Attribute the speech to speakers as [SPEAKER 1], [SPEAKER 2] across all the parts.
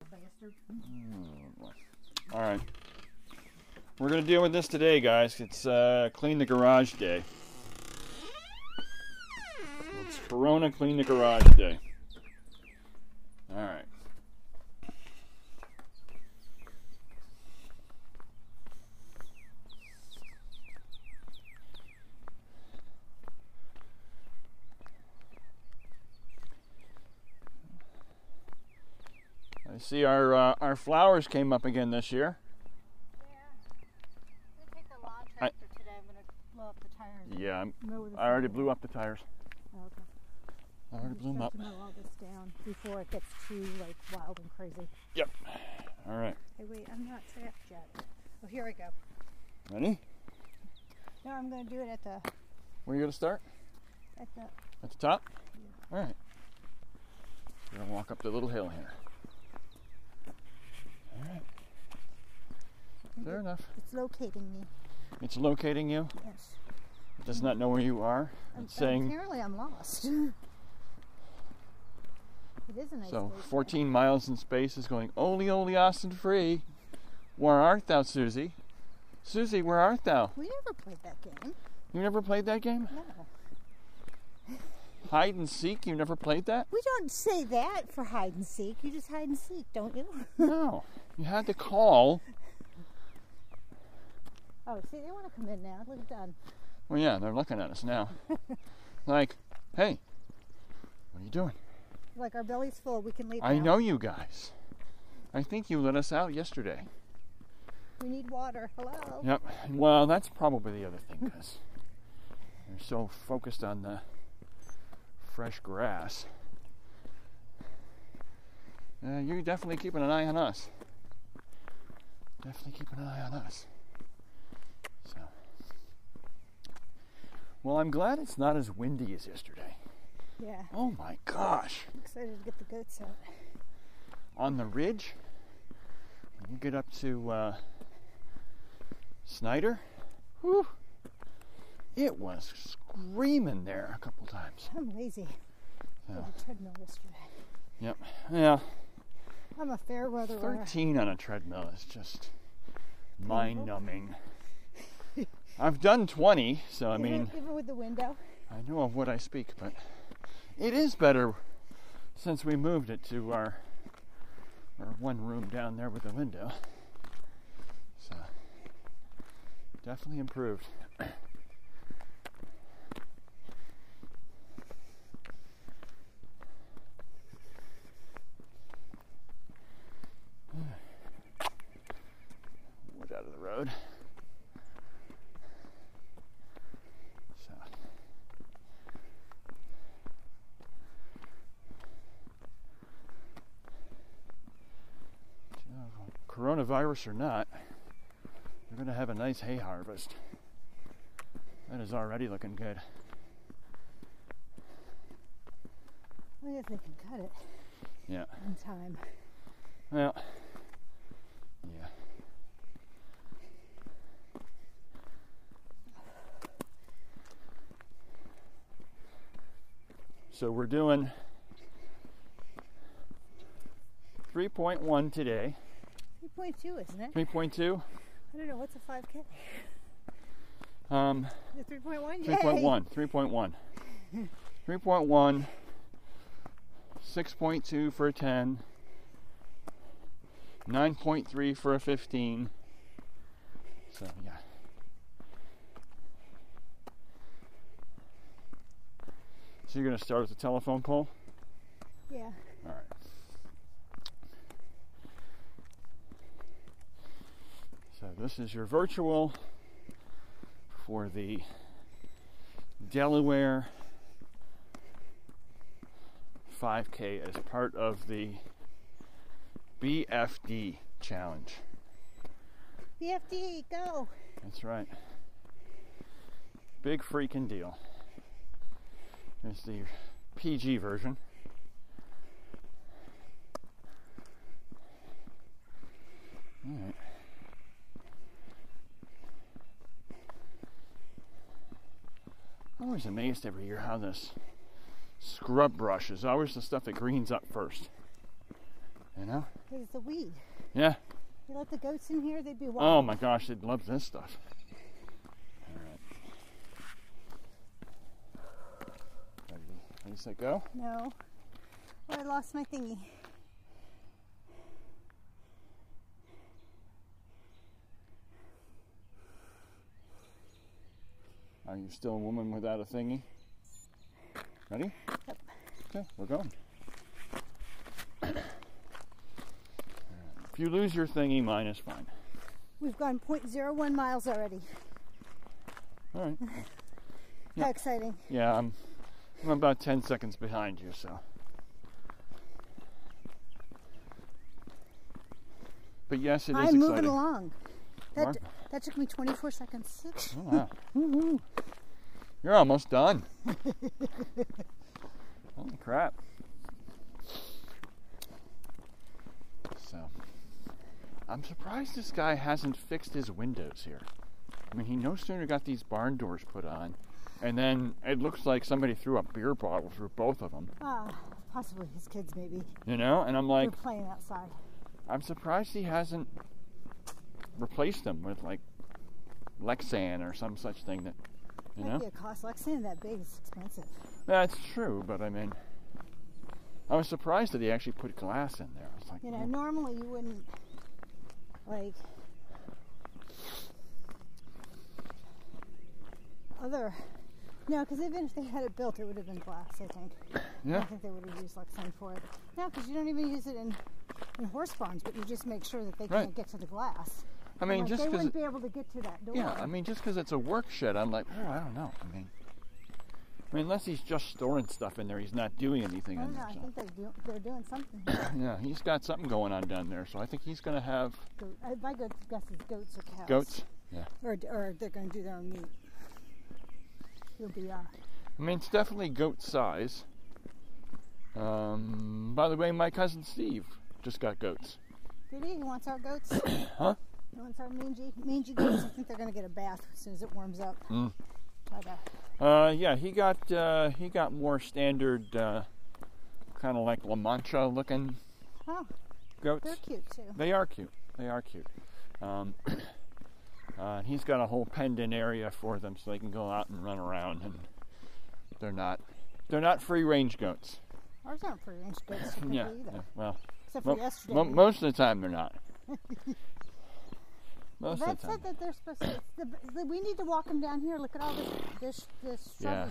[SPEAKER 1] bastard.
[SPEAKER 2] All right. We're going to deal with this today, guys. It's uh, Clean the Garage Day. It's Corona Clean the Garage Day. All right. I see our uh, our flowers came up again this year.
[SPEAKER 1] Yeah. I'm gonna take the lawn
[SPEAKER 2] I-
[SPEAKER 1] tractor today. I'm gonna blow up the tires. and
[SPEAKER 2] Yeah, I'm,
[SPEAKER 1] mow this
[SPEAKER 2] I already
[SPEAKER 1] down.
[SPEAKER 2] blew up the tires.
[SPEAKER 1] Oh, okay.
[SPEAKER 2] I already
[SPEAKER 1] I'm
[SPEAKER 2] blew them
[SPEAKER 1] just
[SPEAKER 2] up.
[SPEAKER 1] gonna mow all this down before it gets too like wild and crazy.
[SPEAKER 2] Yep. All right.
[SPEAKER 1] Hey, wait, I'm not set up yet. Oh, here I go.
[SPEAKER 2] Ready?
[SPEAKER 1] No, I'm gonna do it at the
[SPEAKER 2] Where you going to start?
[SPEAKER 1] at the.
[SPEAKER 2] At the top? All right. We're going to walk up the little hill here. All right. Fair enough.
[SPEAKER 1] It's locating me.
[SPEAKER 2] It's locating you.
[SPEAKER 1] Yes.
[SPEAKER 2] It does not know where you are.
[SPEAKER 1] I'm,
[SPEAKER 2] It's saying
[SPEAKER 1] apparently I'm lost. it is a nice.
[SPEAKER 2] so.
[SPEAKER 1] place.
[SPEAKER 2] 14 miles in space is going only, only Austin free. Where art thou, Susie? Susie, where art thou?
[SPEAKER 1] We never played that game.
[SPEAKER 2] You never played that game?
[SPEAKER 1] No.
[SPEAKER 2] Hide and seek. You never played that?
[SPEAKER 1] We don't say that for hide and seek. You just hide and seek, don't you?
[SPEAKER 2] No. You had to call.
[SPEAKER 1] Oh, see, they want to come in now. Look, done.
[SPEAKER 2] Well, yeah, they're looking at us now. like, hey, what are you doing?
[SPEAKER 1] Like our belly's full. We can leave.
[SPEAKER 2] I
[SPEAKER 1] now.
[SPEAKER 2] know you guys. I think you let us out yesterday.
[SPEAKER 1] We need water. Hello.
[SPEAKER 2] Yep. Well, that's probably the other thing, because they're so focused on the fresh grass. Uh, you're definitely keeping an eye on us. Definitely keeping an eye on us. So. Well, I'm glad it's not as windy as yesterday.
[SPEAKER 1] Yeah.
[SPEAKER 2] Oh my gosh!
[SPEAKER 1] I'm excited to get the goats out.
[SPEAKER 2] On the ridge, when you get up to uh, Snyder, whew, it was screaming there a couple times.
[SPEAKER 1] I'm lazy.
[SPEAKER 2] Yeah.
[SPEAKER 1] I did a treadmill yesterday.
[SPEAKER 2] Yep. Yeah,
[SPEAKER 1] I'm a fair weather runner.
[SPEAKER 2] 13 on a treadmill is just mind numbing. I've done 20, so I
[SPEAKER 1] Even-
[SPEAKER 2] mean,
[SPEAKER 1] even with the window.
[SPEAKER 2] I know of what I speak, but it is better since we moved it to our our one room down there with the window. So definitely improved. Wood out of the road. So coronavirus or not, we're going to have a nice hay harvest. That is already looking good.
[SPEAKER 1] I wonder if they can cut it
[SPEAKER 2] Yeah.
[SPEAKER 1] in time.
[SPEAKER 2] Well, yeah. So we're doing 3.1 today.
[SPEAKER 1] 3.2, isn't it?
[SPEAKER 2] 3.2?
[SPEAKER 1] I don't know. What's a 5K?
[SPEAKER 2] Um,
[SPEAKER 1] The 3.1? Yay!
[SPEAKER 2] 3.1, 3.1, 3.1, 6.2 for a 10, 9.3 for a 15. So, yeah. So, you're going to start with the telephone pole?
[SPEAKER 1] Yeah.
[SPEAKER 2] All right. So this is your virtual for the Delaware 5K as part of the BFD challenge.
[SPEAKER 1] BFD, go!
[SPEAKER 2] That's right. Big freaking deal. It's the PG version. Alright. I'm always amazed every year how this scrub brush is always the stuff that greens up first. You know?
[SPEAKER 1] because it's a weed.
[SPEAKER 2] Yeah.
[SPEAKER 1] You let the goats in here, they'd be wild.
[SPEAKER 2] Oh my gosh, they'd love this stuff. All right. Ready to- Ready, set, go.
[SPEAKER 1] No. Oh, I lost my thingy.
[SPEAKER 2] Are you still a woman without a thingy? Ready?
[SPEAKER 1] Yep.
[SPEAKER 2] Okay, we're going. if you lose your thingy, mine is fine.
[SPEAKER 1] We've gone 0.01 miles already.
[SPEAKER 2] All right.
[SPEAKER 1] How exciting.
[SPEAKER 2] Yeah, I'm, I'm about 10 seconds behind you, so. But yes, it is
[SPEAKER 1] I'm
[SPEAKER 2] exciting.
[SPEAKER 1] moving along.
[SPEAKER 2] You
[SPEAKER 1] That, that took me 24 seconds.
[SPEAKER 2] Oh, wow. Woo-hoo. You're almost done. Holy crap. So, I'm surprised this guy hasn't fixed his windows here. I mean, he no sooner got these barn doors put on, and then it looks like somebody threw a beer bottle through both of them,
[SPEAKER 1] Ah, possibly his kids, maybe.
[SPEAKER 2] you know? And I'm
[SPEAKER 1] we
[SPEAKER 2] like,
[SPEAKER 1] We're playing outside.
[SPEAKER 2] I'm surprised he hasn't replaced them with like Lexan or some such thing that, you know?
[SPEAKER 1] That'd be a cost. Lexington that big is expensive.
[SPEAKER 2] That's true, but I mean, I was surprised that he actually put glass in there. I was like,
[SPEAKER 1] You know, normally you wouldn't, like, other. No, because even if they had it built, it would have been glass, I think. I
[SPEAKER 2] yeah,
[SPEAKER 1] don't think they would have used Lexan for it. No, because you don't even use it in, in horse barns, but you just make sure that they
[SPEAKER 2] Right.
[SPEAKER 1] can't get to the glass.
[SPEAKER 2] I mean,
[SPEAKER 1] like,
[SPEAKER 2] just
[SPEAKER 1] they
[SPEAKER 2] 'cause
[SPEAKER 1] wouldn't
[SPEAKER 2] it-
[SPEAKER 1] be able to get to that door.
[SPEAKER 2] yeah, I mean, just because it's a work shed, I'm like, oh, I don't know. I mean, I mean, unless he's just storing stuff in there, he's not doing anything
[SPEAKER 1] I
[SPEAKER 2] in
[SPEAKER 1] don't know.
[SPEAKER 2] there.
[SPEAKER 1] Oh, I
[SPEAKER 2] So.
[SPEAKER 1] think they're, do, they're doing something.
[SPEAKER 2] Yeah, he's got something going on down there, so I think he's gonna have
[SPEAKER 1] Goat- I- My good guess is goats or cows.
[SPEAKER 2] goats.
[SPEAKER 1] Or, or they're going to do their own meat. You'll be uh,
[SPEAKER 2] I mean, it's definitely goat size. Um, by the way, my cousin Steve just got goats.
[SPEAKER 1] Did he? He wants our goats?
[SPEAKER 2] Huh?
[SPEAKER 1] He wants our mangy, mangy goats. I think they're going to get a bath as soon as it warms up.
[SPEAKER 2] Mm.
[SPEAKER 1] But, uh,
[SPEAKER 2] Uh, yeah, he got uh, he got more standard, uh, kind of like La Mancha looking
[SPEAKER 1] oh,
[SPEAKER 2] goats.
[SPEAKER 1] they're cute too.
[SPEAKER 2] They are cute. They are cute. Um, uh, he's got a whole pendant area for them, so they can go out and run around, and they're not they're not free range goats.
[SPEAKER 1] Ours aren't free range goats technically
[SPEAKER 2] Yeah.
[SPEAKER 1] either.
[SPEAKER 2] yeah, Well,
[SPEAKER 1] Except
[SPEAKER 2] mo-
[SPEAKER 1] for yesterday.
[SPEAKER 2] mo-
[SPEAKER 1] we-
[SPEAKER 2] most of the time they're not. most
[SPEAKER 1] That
[SPEAKER 2] of the time.
[SPEAKER 1] said that they're supposed to. The, the, we need to walk them down here. Look at all this this this shrubby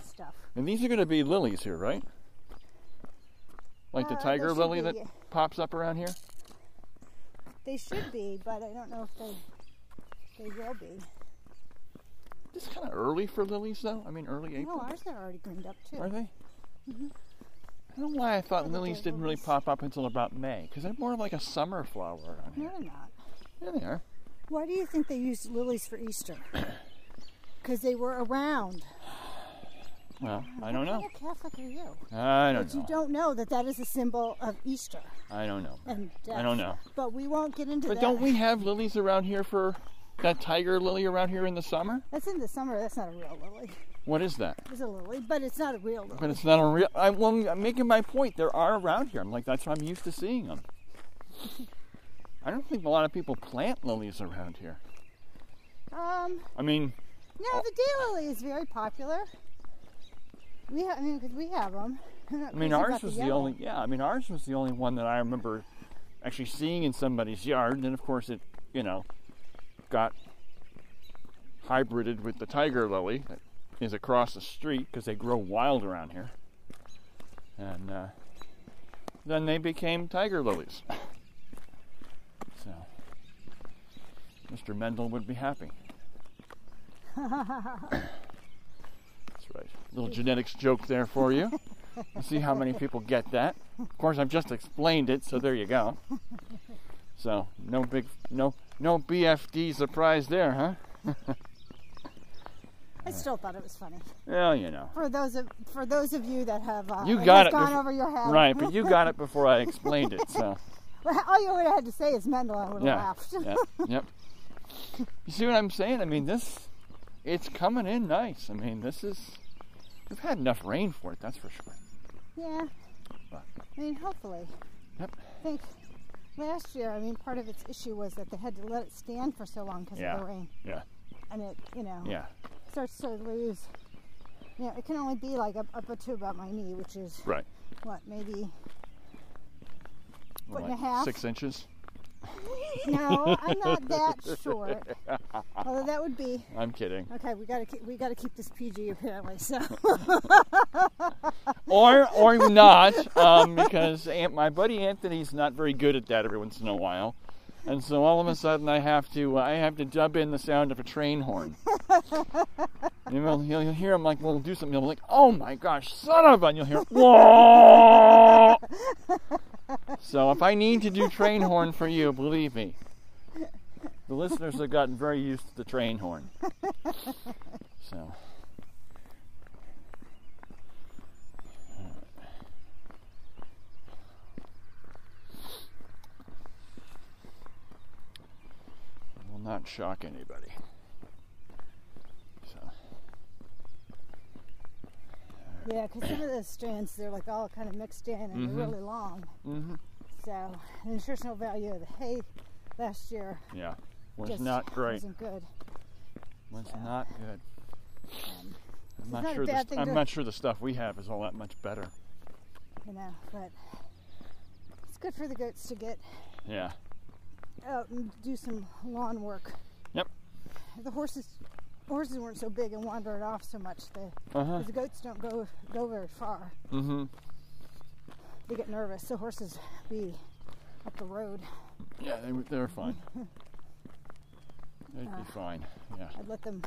[SPEAKER 2] Yeah.
[SPEAKER 1] stuff.
[SPEAKER 2] And these are going to be lilies here, right? Like the
[SPEAKER 1] Uh, they
[SPEAKER 2] tiger
[SPEAKER 1] should
[SPEAKER 2] lily
[SPEAKER 1] be,
[SPEAKER 2] that
[SPEAKER 1] yeah.
[SPEAKER 2] pops up around here.
[SPEAKER 1] They should be, but I don't know if they they will be.
[SPEAKER 2] This kind of early for lilies, though. I mean, early April.
[SPEAKER 1] No, ours are already groomed up too.
[SPEAKER 2] Are they? Mm-hmm. I don't know why I thought
[SPEAKER 1] Other
[SPEAKER 2] lilies didn't really
[SPEAKER 1] daylilies.
[SPEAKER 2] pop up until about May, because they're more like a summer flower around
[SPEAKER 1] No,
[SPEAKER 2] here.
[SPEAKER 1] they're not.
[SPEAKER 2] Yeah, they are.
[SPEAKER 1] Why do you think they used lilies for Easter? Because they were around.
[SPEAKER 2] Well, I don't know.
[SPEAKER 1] What kind of Catholic are you?
[SPEAKER 2] I
[SPEAKER 1] But
[SPEAKER 2] don't
[SPEAKER 1] you
[SPEAKER 2] know.
[SPEAKER 1] don't know that that is a symbol of Easter
[SPEAKER 2] I don't know.
[SPEAKER 1] and death.
[SPEAKER 2] I don't know.
[SPEAKER 1] But we won't get into
[SPEAKER 2] But
[SPEAKER 1] that.
[SPEAKER 2] don't we have lilies around here for that tiger lily around here in the summer?
[SPEAKER 1] That's in the summer. That's not a real lily.
[SPEAKER 2] What is that?
[SPEAKER 1] It's a lily, but it's not a real lily.
[SPEAKER 2] But it's not a real. I, well, I'm making my point. There are around here. I'm like, that's why I'm used to seeing them. I don't think a lot of people plant lilies around here.
[SPEAKER 1] Um,
[SPEAKER 2] I mean,
[SPEAKER 1] No, the daylily is very popular. We have, I mean, 'cause we have them.
[SPEAKER 2] I mean, ours was the, only. Yeah, I mean, ours was the only one that I remember actually seeing in somebody's yard, and then of course it, you know, got hybrided with the tiger lily that is across the street because they grow wild around here, and uh, then they became tiger lilies. So, Mr. Mendel would be happy. That's right. Little genetics joke there for you. Let's see how many people get that. Of course, I've just explained it, so there you go. So no big, no, no BFD surprise there, huh?
[SPEAKER 1] I still thought it was funny.
[SPEAKER 2] Well, you know,
[SPEAKER 1] For those of for those of you that have uh,
[SPEAKER 2] You
[SPEAKER 1] it
[SPEAKER 2] got
[SPEAKER 1] has
[SPEAKER 2] it
[SPEAKER 1] gone
[SPEAKER 2] bef-
[SPEAKER 1] over your head,
[SPEAKER 2] right? But you got it before I explained it, so
[SPEAKER 1] All you would have had to say is Mendel. I would have
[SPEAKER 2] yeah,
[SPEAKER 1] laughed.
[SPEAKER 2] yeah, yep. You see what I'm saying? I mean, this, it's coming in nice. I mean, this is, we've had enough rain for it, that's for sure.
[SPEAKER 1] Yeah.
[SPEAKER 2] But-
[SPEAKER 1] I mean, hopefully.
[SPEAKER 2] Yep.
[SPEAKER 1] I think last year, I mean, part of its issue was that they had to let it stand for so long because
[SPEAKER 2] Yeah.
[SPEAKER 1] of the rain.
[SPEAKER 2] Yeah.
[SPEAKER 1] And it, you know,
[SPEAKER 2] Yeah.
[SPEAKER 1] starts to lose. You know, it can only be like up, up to about my knee, which is
[SPEAKER 2] Right.
[SPEAKER 1] what maybe. Foot
[SPEAKER 2] Like
[SPEAKER 1] and a half.
[SPEAKER 2] Six inches.
[SPEAKER 1] No, I'm not that short. Although that would be
[SPEAKER 2] I'm kidding.
[SPEAKER 1] okay. We gotta keep, we gotta keep this PG apparently. So
[SPEAKER 2] Or or not, um, because Aunt, my buddy Anthony's not very good at that every once in a while, and so all of a sudden I have to uh, I have to dub in the sound of a train horn. You know, you'll, you'll hear him like we'll do something. You'll be like, "Oh my gosh, son of a!" And you'll hear, "Whoa!" So if I need to do train horn for you, believe me, the listeners have gotten very used to the train horn. So. will not shock anybody. So
[SPEAKER 1] yeah, because some of those strands they're like all kind of mixed in and
[SPEAKER 2] Mm-hmm.
[SPEAKER 1] they're really long.
[SPEAKER 2] Mhm.
[SPEAKER 1] So the nutritional value of the hay last year
[SPEAKER 2] yeah, was
[SPEAKER 1] just
[SPEAKER 2] not great.
[SPEAKER 1] wasn't good.
[SPEAKER 2] Was not good.
[SPEAKER 1] Um,
[SPEAKER 2] I'm
[SPEAKER 1] not
[SPEAKER 2] not
[SPEAKER 1] a
[SPEAKER 2] sure. The,
[SPEAKER 1] bad
[SPEAKER 2] st-
[SPEAKER 1] thing
[SPEAKER 2] I'm
[SPEAKER 1] to-
[SPEAKER 2] not sure the stuff we have is all that much better.
[SPEAKER 1] you know, but it's good for the goats to get
[SPEAKER 2] Yeah,
[SPEAKER 1] out and do some lawn work.
[SPEAKER 2] Yep.
[SPEAKER 1] The horses horses weren't so big and wandered off so much. The,
[SPEAKER 2] uh huh.
[SPEAKER 1] 'cause the goats don't go go very far.
[SPEAKER 2] Mm-hmm.
[SPEAKER 1] They get nervous. The horses be up the road.
[SPEAKER 2] Yeah, they were- they were fine. They'd
[SPEAKER 1] Uh.
[SPEAKER 2] be fine. Yeah,
[SPEAKER 1] I'd let them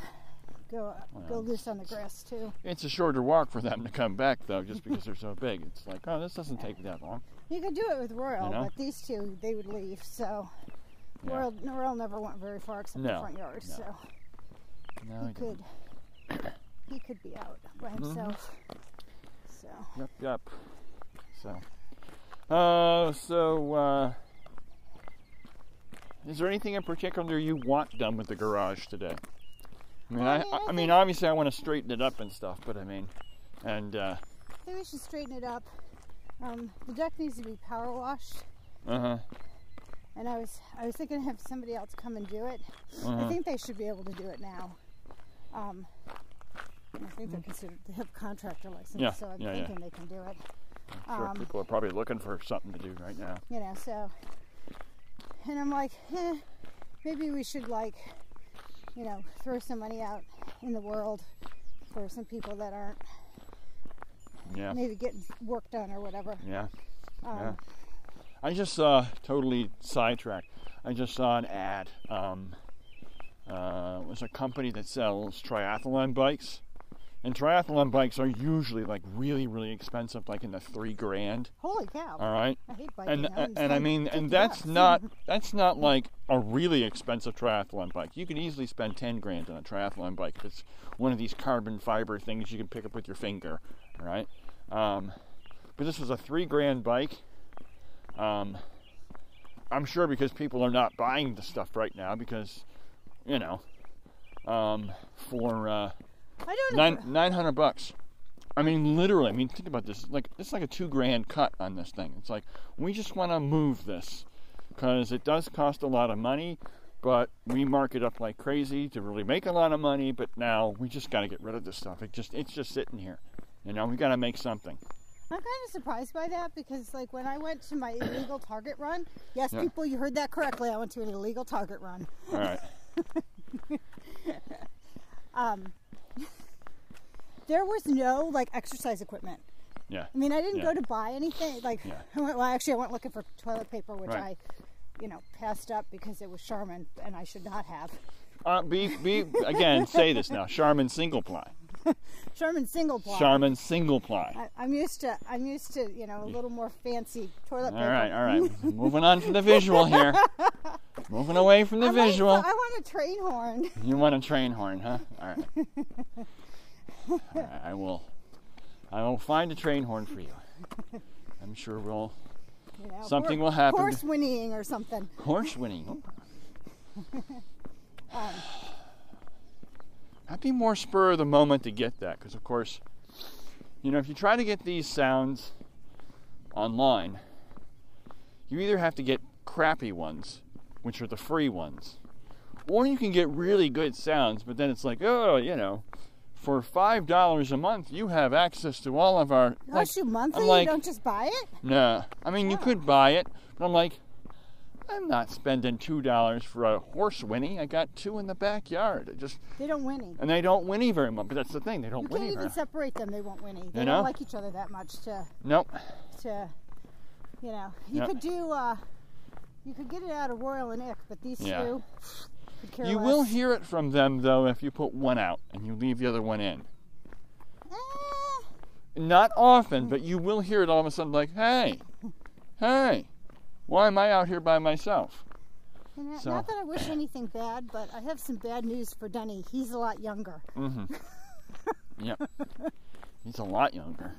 [SPEAKER 1] go go
[SPEAKER 2] Well.
[SPEAKER 1] loose on the grass too.
[SPEAKER 2] it's a shorter walk for them to come back though, just because they're so big. It's like, oh, this doesn't take that long.
[SPEAKER 1] You could do it with Royal,
[SPEAKER 2] You know?
[SPEAKER 1] but these two they would leave. So
[SPEAKER 2] Yeah.
[SPEAKER 1] Royal Royal never went very far except the
[SPEAKER 2] No,
[SPEAKER 1] front yard.
[SPEAKER 2] no.
[SPEAKER 1] So
[SPEAKER 2] No,
[SPEAKER 1] he
[SPEAKER 2] it didn't. Mm-hmm.
[SPEAKER 1] could he could be out by himself. So
[SPEAKER 2] Yep, yep. So, uh, so, uh, is there anything in particular you want done with the garage today? I mean,
[SPEAKER 1] Well, I
[SPEAKER 2] I,
[SPEAKER 1] mean, I
[SPEAKER 2] I, mean,
[SPEAKER 1] think-
[SPEAKER 2] obviously, I want to straighten it up and stuff, but I mean, and uh
[SPEAKER 1] I think we should straighten it up. Um, the deck needs to be power washed,
[SPEAKER 2] huh,
[SPEAKER 1] and I was I was thinking of have somebody else come and do it. I
[SPEAKER 2] Uh-huh.
[SPEAKER 1] think they should be able to do it now. Um, and I think they're considered they have contractor license,
[SPEAKER 2] Mm. Yeah,
[SPEAKER 1] so I'm
[SPEAKER 2] yeah, yeah.
[SPEAKER 1] thinking they can do it.
[SPEAKER 2] sure
[SPEAKER 1] Um,
[SPEAKER 2] people are probably looking for something to do right now.
[SPEAKER 1] you know so and i'm like eh, maybe we should like you know throw some money out in the world for some people that aren't
[SPEAKER 2] Yeah,
[SPEAKER 1] maybe getting work done or whatever
[SPEAKER 2] yeah.
[SPEAKER 1] um,
[SPEAKER 2] Yeah. I just saw totally sidetracked. I just saw an ad. Um, uh, it was a company that sells triathlon bikes, and triathlon bikes are usually like really, really expensive, like in the three grand.
[SPEAKER 1] holy cow
[SPEAKER 2] All right,
[SPEAKER 1] i hate biking
[SPEAKER 2] Uh, and
[SPEAKER 1] that one's
[SPEAKER 2] and, and I
[SPEAKER 1] like
[SPEAKER 2] mean, and
[SPEAKER 1] 50
[SPEAKER 2] that's
[SPEAKER 1] bucks.
[SPEAKER 2] not that's not like a really expensive triathlon bike. You can easily spend ten grand on a triathlon bike. if It's one of these carbon fiber things you can pick up with your finger. All right, um, but this was a three grand bike. Um, I'm sure because people are not buying the stuff right now because, you know, um, for uh,
[SPEAKER 1] i don't
[SPEAKER 2] nine
[SPEAKER 1] know
[SPEAKER 2] nine hundred bucks. I mean, literally. I mean, think about this. Like, it's like a two grand cut on this thing. It's like we just want to move this because it does cost a lot of money, but we mark it up like crazy to really make a lot of money. But now we just got to get rid of this stuff. It just it's just sitting here. You know, we got to make something.
[SPEAKER 1] i'm kind of surprised by that because like when i went to my illegal target run yes
[SPEAKER 2] Yeah.
[SPEAKER 1] people you heard that correctly i went to an illegal target run
[SPEAKER 2] All right.
[SPEAKER 1] um, there was no like exercise equipment
[SPEAKER 2] Yeah.
[SPEAKER 1] I mean, I didn't
[SPEAKER 2] Yeah.
[SPEAKER 1] go to buy anything. Like,
[SPEAKER 2] Yeah.
[SPEAKER 1] I went, well, actually, I went looking for toilet paper, which
[SPEAKER 2] Right.
[SPEAKER 1] I, you know, passed up because it was Charmin and I should not have.
[SPEAKER 2] Uh, be be again. Say this now. Charmin single ply.
[SPEAKER 1] Charmin single ply.
[SPEAKER 2] Charmin single ply.
[SPEAKER 1] I, I'm used to, I'm used to, you know, a little more fancy toilet
[SPEAKER 2] All
[SPEAKER 1] paper.
[SPEAKER 2] right. All right. Moving on from the visual here. Moving away from the
[SPEAKER 1] I want-
[SPEAKER 2] visual.
[SPEAKER 1] I want a train horn.
[SPEAKER 2] You want a train horn, huh? All right. All right, I will. I will find a train horn for you. I'm sure we'll
[SPEAKER 1] You know,
[SPEAKER 2] Something will happen.
[SPEAKER 1] Horse whinnying or something.
[SPEAKER 2] horse winning. Oh. That'd be more spur of the moment to get that, because of course, you know, if you try to get these sounds online, you either have to get crappy ones, which are the free ones. Or you can get really good sounds, but then it's like, oh, you know, for five dollars a month, you have access to all of our.
[SPEAKER 1] Don't you monthly?
[SPEAKER 2] I'm like-
[SPEAKER 1] you don't just buy it?
[SPEAKER 2] Nah, I mean you
[SPEAKER 1] Yeah.
[SPEAKER 2] could buy it, but I'm like, I'm not spending two dollars for a horse whinny. I got two in the backyard. It just
[SPEAKER 1] They don't whinny.
[SPEAKER 2] and they don't whinny very much. But that's the thing, they don't
[SPEAKER 1] You
[SPEAKER 2] whinny
[SPEAKER 1] can't even
[SPEAKER 2] very.
[SPEAKER 1] separate them. They won't whinny. They
[SPEAKER 2] know?
[SPEAKER 1] don't like each other that much to
[SPEAKER 2] nope.
[SPEAKER 1] to you know. You
[SPEAKER 2] Yeah.
[SPEAKER 1] could do uh you could get it out of Royal and Ick, but these
[SPEAKER 2] Yeah.
[SPEAKER 1] two could care
[SPEAKER 2] You will
[SPEAKER 1] less.
[SPEAKER 2] hear it from them though if you put one out and you leave the other one in.
[SPEAKER 1] Eh,
[SPEAKER 2] Not often, but you will hear it all of a sudden. Like, hey, hey, why am I out here by myself?
[SPEAKER 1] you know,
[SPEAKER 2] So-
[SPEAKER 1] Not that I wish anything bad, but I have some bad news for Dunny. He's a lot younger.
[SPEAKER 2] Mm-hmm. Yep. He's a lot younger.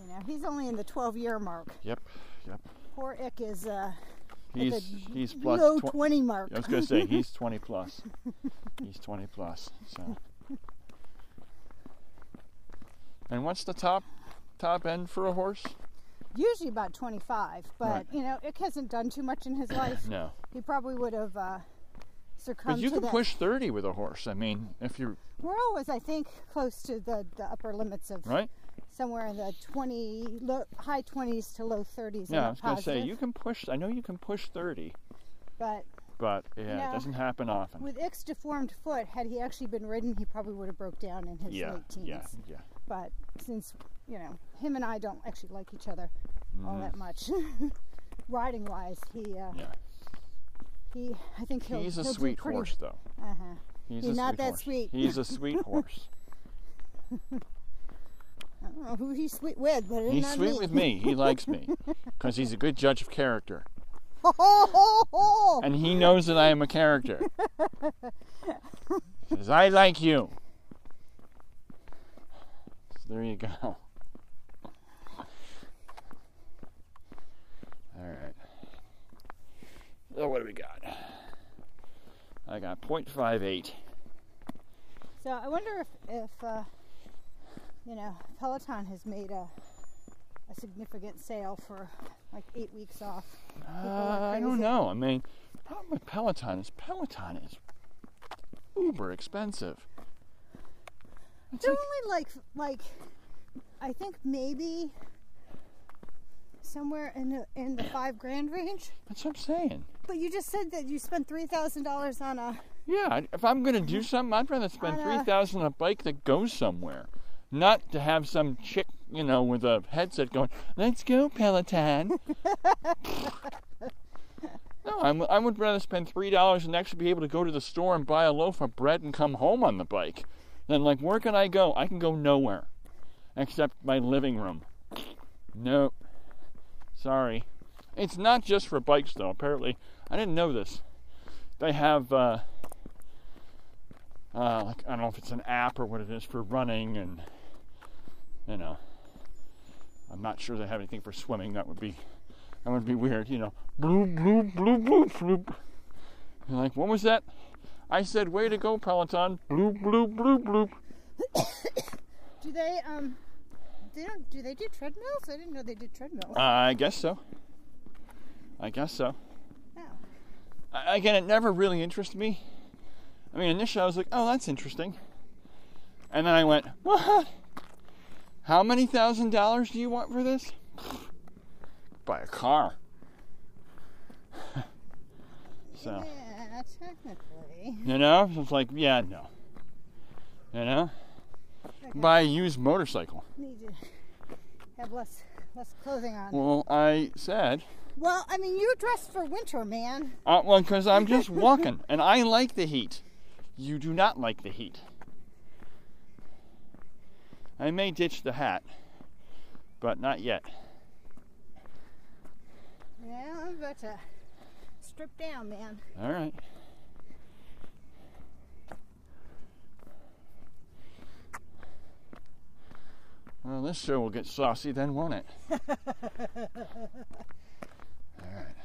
[SPEAKER 1] You know, he's only in the 12 year mark.
[SPEAKER 2] Yep. Yep.
[SPEAKER 1] Poor Ick is uh,
[SPEAKER 2] He's
[SPEAKER 1] at
[SPEAKER 2] he's
[SPEAKER 1] the
[SPEAKER 2] plus
[SPEAKER 1] low
[SPEAKER 2] twen-
[SPEAKER 1] 20 mark.
[SPEAKER 2] I was gonna say he's 20 plus. He's 20 plus. So. And what's the top top end for a horse?
[SPEAKER 1] Usually about 25, but
[SPEAKER 2] Right.
[SPEAKER 1] you know, Ick hasn't done too much in his life.
[SPEAKER 2] No,
[SPEAKER 1] He probably would have uh, succumbed
[SPEAKER 2] but you
[SPEAKER 1] to
[SPEAKER 2] can
[SPEAKER 1] that.
[SPEAKER 2] push 30 with a horse. I mean, if you
[SPEAKER 1] We're always, I think, close to the, the upper limits of
[SPEAKER 2] right.
[SPEAKER 1] somewhere in the 20, low, high 20s to low 30s. I'm
[SPEAKER 2] yeah, I
[SPEAKER 1] not
[SPEAKER 2] was gonna
[SPEAKER 1] positive,
[SPEAKER 2] say you can push. I know you can push 30,
[SPEAKER 1] But
[SPEAKER 2] but yeah, it
[SPEAKER 1] No.
[SPEAKER 2] doesn't happen often.
[SPEAKER 1] with Ick's deformed foot, had he actually been ridden, he probably would have broke down in his
[SPEAKER 2] yeah,
[SPEAKER 1] late teens.
[SPEAKER 2] yeah, yeah.
[SPEAKER 1] But since, you know, him and I don't actually like each other all that much, riding wise, he, uh,
[SPEAKER 2] Mm-hmm. Yeah.
[SPEAKER 1] he, I think he'll,
[SPEAKER 2] He's a
[SPEAKER 1] he'll do
[SPEAKER 2] sweet
[SPEAKER 1] pretty-
[SPEAKER 2] horse, though.
[SPEAKER 1] Uh-huh.
[SPEAKER 2] He's
[SPEAKER 1] He's
[SPEAKER 2] a
[SPEAKER 1] not
[SPEAKER 2] sweet
[SPEAKER 1] that
[SPEAKER 2] horse.
[SPEAKER 1] sweet.
[SPEAKER 2] He's a sweet horse.
[SPEAKER 1] I don't know who he's sweet with, but it's
[SPEAKER 2] He's
[SPEAKER 1] not
[SPEAKER 2] sweet
[SPEAKER 1] me.
[SPEAKER 2] with me. He likes me because he's a good judge of character,
[SPEAKER 1] Ho, Oh, ho, ho, ho.
[SPEAKER 2] and he knows that I am a character. Says I like you. So there you go. All right. So what do we got? I got 0.58.
[SPEAKER 1] So I wonder if, if uh, you know, Peloton has made a, a significant sale for like eight weeks off.
[SPEAKER 2] Uh, I don't
[SPEAKER 1] crazy.
[SPEAKER 2] know. I mean, the problem with Peloton is Peloton is uber expensive. It's
[SPEAKER 1] They're
[SPEAKER 2] like
[SPEAKER 1] only like like I think maybe somewhere in the in the five grand range.
[SPEAKER 2] That's what I'm saying.
[SPEAKER 1] But you just said that you spent three thousand dollars on a
[SPEAKER 2] Yeah, I- if I'm gonna do something, I'd rather spend
[SPEAKER 1] On a-
[SPEAKER 2] three thousand on a bike that goes somewhere, not to have some chick, you know, with a headset going, "Let's go Peloton." no, I'm, I would rather spend three dollars and actually be able to go to the store and buy a loaf of bread and come home on the bike. Then, like, where can I go? I can go nowhere, except my living room. No, sorry. It's not just for bikes though. Apparently, I didn't know this. They have uh, uh, like I don't know if it's an app or what it is for running, and you know, I'm not sure they have anything for swimming. That would be that would be weird, you know. Bloop bloop bloop bloop bloop. You're like, what was that? I said, way to go, Peloton. Bloop bloop bloop bloop.
[SPEAKER 1] do they um they don't do they do treadmills? I didn't know they did treadmills.
[SPEAKER 2] I guess so. I guess so.
[SPEAKER 1] No.
[SPEAKER 2] I- again, it never really interested me. I mean, initially I was like, oh, that's interesting. And then I went, what? How many thousand dollars do you want for this? Buy a car. so,
[SPEAKER 1] Yeah, technically.
[SPEAKER 2] you know, so it's like, yeah, no. You know?
[SPEAKER 1] Okay.
[SPEAKER 2] Buy a used motorcycle.
[SPEAKER 1] need to have less less clothing on.
[SPEAKER 2] Well, I said,
[SPEAKER 1] Well, I mean, you're dressed for winter, man.
[SPEAKER 2] uh, well, because I'm just walking and I like the heat. You do not like the heat. I may ditch the hat, but not yet.
[SPEAKER 1] Yeah, I'm about to strip down, man.
[SPEAKER 2] All right. Well, this show will get saucy then, won't it? All right.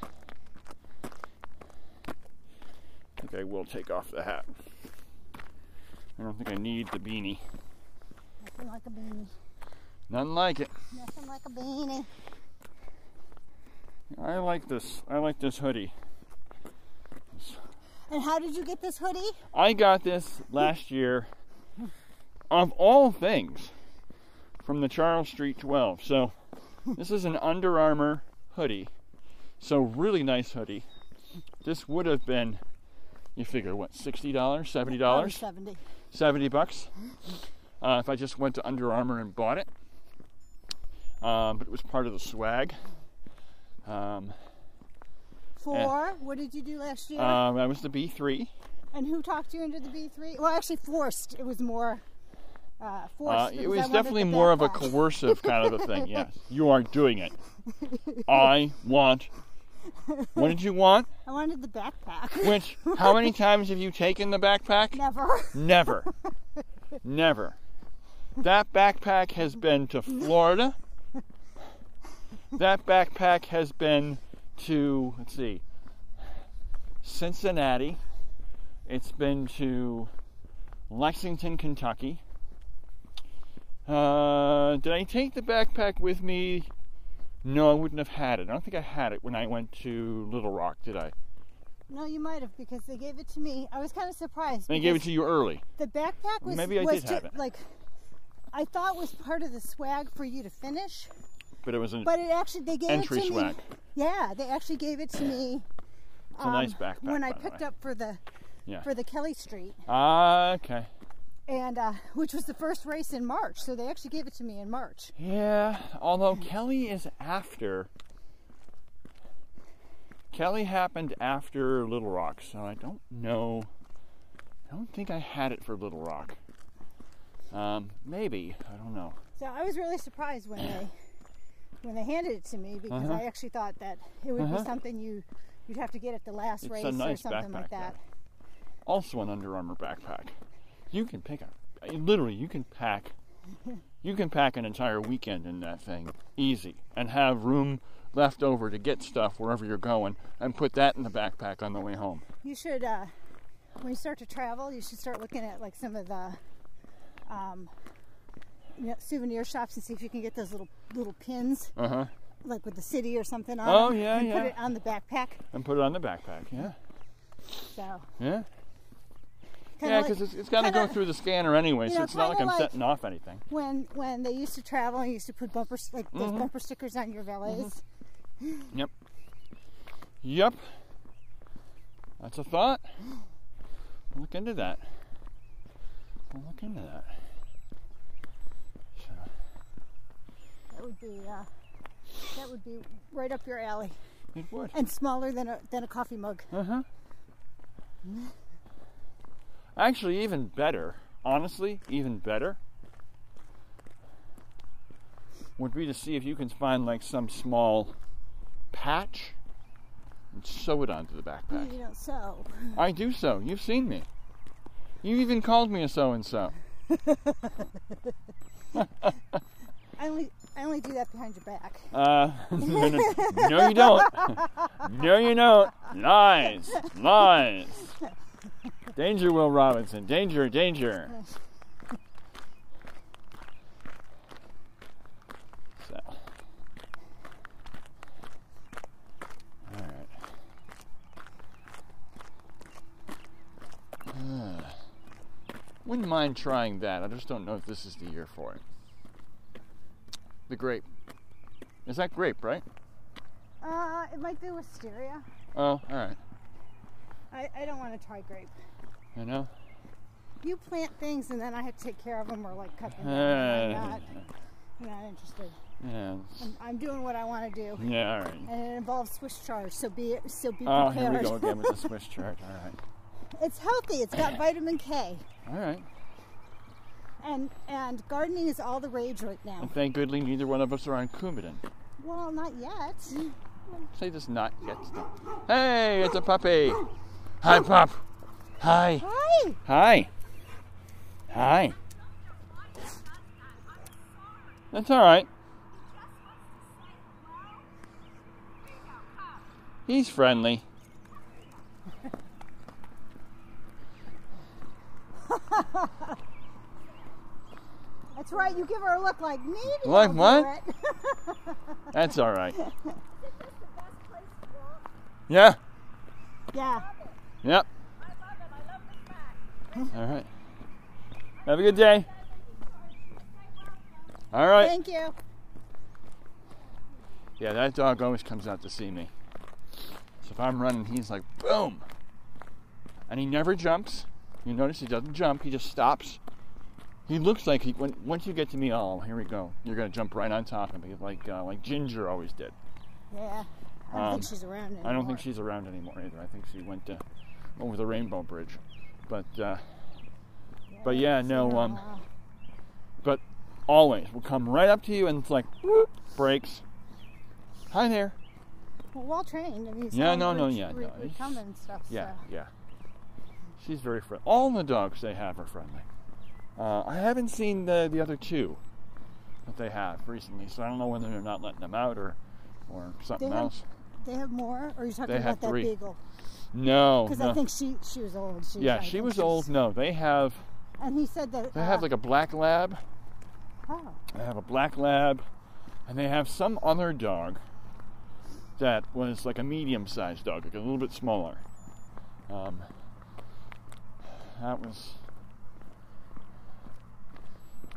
[SPEAKER 2] I think I will take off the hat. I don't think I need the beanie.
[SPEAKER 1] Nothing like a beanie.
[SPEAKER 2] Nothing like it.
[SPEAKER 1] Nothing like a beanie.
[SPEAKER 2] I like this. I like this hoodie.
[SPEAKER 1] And how did you get this hoodie?
[SPEAKER 2] I got this last year, of all things, from the Charles Street 12. So, this is an Under Armour hoodie. So, really nice hoodie. This would have been, you figure, what, $60,
[SPEAKER 1] Probably
[SPEAKER 2] $70,
[SPEAKER 1] 70.
[SPEAKER 2] 70 bucks uh, if I just went to Under Armour and bought it. Um, but it was part of the swag. Um,
[SPEAKER 1] Four. What did you do last year?
[SPEAKER 2] um, that was the B3.
[SPEAKER 1] and who talked you into the B three? Well, actually, forced. It was more uh, forced.
[SPEAKER 2] Uh,
[SPEAKER 1] because
[SPEAKER 2] it
[SPEAKER 1] I
[SPEAKER 2] was
[SPEAKER 1] wanted
[SPEAKER 2] definitely
[SPEAKER 1] the
[SPEAKER 2] more of a
[SPEAKER 1] backlash.
[SPEAKER 2] coercive kind of a thing. Yes, you are doing it. I want. What did you want?
[SPEAKER 1] I wanted the backpack.
[SPEAKER 2] Which? How many times have you taken the backpack?
[SPEAKER 1] Never.
[SPEAKER 2] Never. Never. That backpack has been to Florida. That backpack has been to, let's see, Cincinnati. It's been to Lexington, Kentucky. Uh, did I take the backpack with me? No, I wouldn't have had it. I don't think I had it when I went to Little Rock, did I?
[SPEAKER 1] No, you might have because they gave it to me. I was kind of surprised.
[SPEAKER 2] They gave it to you early.
[SPEAKER 1] The backpack was
[SPEAKER 2] Maybe I
[SPEAKER 1] was
[SPEAKER 2] did have
[SPEAKER 1] ju-
[SPEAKER 2] it.
[SPEAKER 1] like I thought was part of the swag for you to finish,
[SPEAKER 2] But it was an
[SPEAKER 1] but it actually they gave
[SPEAKER 2] entry
[SPEAKER 1] it to
[SPEAKER 2] swag.
[SPEAKER 1] me. Yeah, they actually gave it to me.
[SPEAKER 2] It's a nice backpack.
[SPEAKER 1] um, when I
[SPEAKER 2] by the
[SPEAKER 1] picked
[SPEAKER 2] way.
[SPEAKER 1] up for the
[SPEAKER 2] Yeah.
[SPEAKER 1] for the Kelly Street,
[SPEAKER 2] Ah, okay.
[SPEAKER 1] and uh, which was the first race in March, so they actually gave it to me in March.
[SPEAKER 2] Yeah, although Kelly is after. Kelly happened after Little Rock, so I don't know. I don't think I had it for Little Rock. Um, maybe I don't know.
[SPEAKER 1] So I was really surprised when they when they handed it to me because
[SPEAKER 2] Uh-huh.
[SPEAKER 1] I actually thought that it would
[SPEAKER 2] Uh-huh.
[SPEAKER 1] be something you you'd have to get at the last
[SPEAKER 2] It's a
[SPEAKER 1] race
[SPEAKER 2] nice
[SPEAKER 1] or something
[SPEAKER 2] backpack,
[SPEAKER 1] like that.
[SPEAKER 2] Also, an Under Armour backpack. You can pick a literally. You can pack. You can pack an entire weekend in that thing, easy, and have room left over to get stuff wherever you're going, and put that in the backpack on the way home.
[SPEAKER 1] You should uh, when you start to travel, you should start looking at like some of the um, you know, souvenir shops and see if you can get those little little pins
[SPEAKER 2] Uh huh.
[SPEAKER 1] like with the city or something on.
[SPEAKER 2] Oh,
[SPEAKER 1] them,
[SPEAKER 2] yeah,
[SPEAKER 1] and
[SPEAKER 2] yeah.
[SPEAKER 1] Put it on the backpack.
[SPEAKER 2] and put it on the backpack. Yeah,
[SPEAKER 1] So
[SPEAKER 2] yeah,
[SPEAKER 1] kinda
[SPEAKER 2] yeah.
[SPEAKER 1] like
[SPEAKER 2] Because it's, it's got to go
[SPEAKER 1] kinda-
[SPEAKER 2] through the scanner anyway,
[SPEAKER 1] you
[SPEAKER 2] so
[SPEAKER 1] know,
[SPEAKER 2] it's not like I'm
[SPEAKER 1] kinda like-
[SPEAKER 2] setting off anything.
[SPEAKER 1] when when they used to travel, and used to put bumpers like those
[SPEAKER 2] Mm-hmm.
[SPEAKER 1] bumper stickers on your valets.
[SPEAKER 2] Yep, that's a thought. Look into that. Look into that. So,
[SPEAKER 1] That would be uh, that would be right up your alley
[SPEAKER 2] it would.
[SPEAKER 1] and smaller than a than a coffee mug.
[SPEAKER 2] Uh huh. Actually, even better. Honestly, even better would be to see if you can find like some small patch and sew it onto the backpack.
[SPEAKER 1] You don't sew.
[SPEAKER 2] I do so. You've seen me. You even called me a so and so.
[SPEAKER 1] I only I only do that behind your back.
[SPEAKER 2] Uh, no, no, no, you don't. No, you don't. Lies, lies. Danger, Will Robinson. Danger, danger. So. All right. Ah. Wouldn't mind trying that. I just don't know if this is the year for it. The grape. Is that grape, right?
[SPEAKER 1] Uh, it might be wisteria.
[SPEAKER 2] Oh, all right.
[SPEAKER 1] I, I don't want to try grape.
[SPEAKER 2] I know.
[SPEAKER 1] You plant things and then I have to take care of them or like cut them down. I'm
[SPEAKER 2] Yeah,
[SPEAKER 1] not, I'm not interested.
[SPEAKER 2] yeah,
[SPEAKER 1] I'm, I'm doing what I want to do,
[SPEAKER 2] yeah, all right.
[SPEAKER 1] and it involves Swiss chard. So be so be
[SPEAKER 2] Oh, here we
[SPEAKER 1] prepared.
[SPEAKER 2] go again with the Swiss chard. All right,
[SPEAKER 1] it's healthy. It's got vitamin K,
[SPEAKER 2] all right.
[SPEAKER 1] and and gardening is all the rage right now.
[SPEAKER 2] And thank goodly neither one of us are on Coumadin.
[SPEAKER 1] Well, not yet.
[SPEAKER 2] Say this not yet. Hey, it's a puppy. Hi, pup. Hi.
[SPEAKER 1] Hi.
[SPEAKER 2] Hi. Hi. That's all right. He's friendly.
[SPEAKER 1] That's right. You give her a look like maybe.
[SPEAKER 2] Like
[SPEAKER 1] I'll do
[SPEAKER 2] what?
[SPEAKER 1] it."
[SPEAKER 2] That's all right. Yeah.
[SPEAKER 1] Yeah.
[SPEAKER 2] Yep. All right. Have a good day. All right.
[SPEAKER 1] Thank you.
[SPEAKER 2] Yeah, that dog always comes out to see me. So if I'm running, he's like, boom! And he never jumps. You notice he doesn't jump, he just stops. He looks like he, when, once you get to me, oh, here we go. You're going to jump right on top of me, like, uh, like Ginger always did.
[SPEAKER 1] Yeah. I don't
[SPEAKER 2] Um,
[SPEAKER 1] think she's around anymore.
[SPEAKER 2] I don't think she's around anymore either. I think she went to, over the Rainbow Bridge. But, uh, but yeah,
[SPEAKER 1] it's
[SPEAKER 2] no,
[SPEAKER 1] been a
[SPEAKER 2] um,
[SPEAKER 1] while.
[SPEAKER 2] but always will come right up to you and it's like, whoop, breaks. Hi there.
[SPEAKER 1] Well, well trained. I mean,
[SPEAKER 2] Yeah,
[SPEAKER 1] some
[SPEAKER 2] no,
[SPEAKER 1] would-
[SPEAKER 2] no, yeah,
[SPEAKER 1] would-
[SPEAKER 2] no,
[SPEAKER 1] would
[SPEAKER 2] it's-
[SPEAKER 1] come and stuff.
[SPEAKER 2] Yeah,
[SPEAKER 1] so.
[SPEAKER 2] yeah. She's very friendly. All the dogs they have are friendly. Uh, I haven't seen the, the other two that they have recently, so I don't know whether they're not letting them out or, or something
[SPEAKER 1] have-
[SPEAKER 2] else.
[SPEAKER 1] They have more, or are you talking
[SPEAKER 2] They have
[SPEAKER 1] about that
[SPEAKER 2] three.
[SPEAKER 1] beagle?
[SPEAKER 2] No,
[SPEAKER 1] Because
[SPEAKER 2] no.
[SPEAKER 1] I think she she was old. She,
[SPEAKER 2] yeah,
[SPEAKER 1] I
[SPEAKER 2] she
[SPEAKER 1] think
[SPEAKER 2] was
[SPEAKER 1] she's-
[SPEAKER 2] old. No, they have
[SPEAKER 1] And he said that
[SPEAKER 2] they have
[SPEAKER 1] uh,
[SPEAKER 2] like a black lab.
[SPEAKER 1] oh,
[SPEAKER 2] They have a black lab, and they have some other dog that was like a medium-sized dog, like a little bit smaller. Um, that was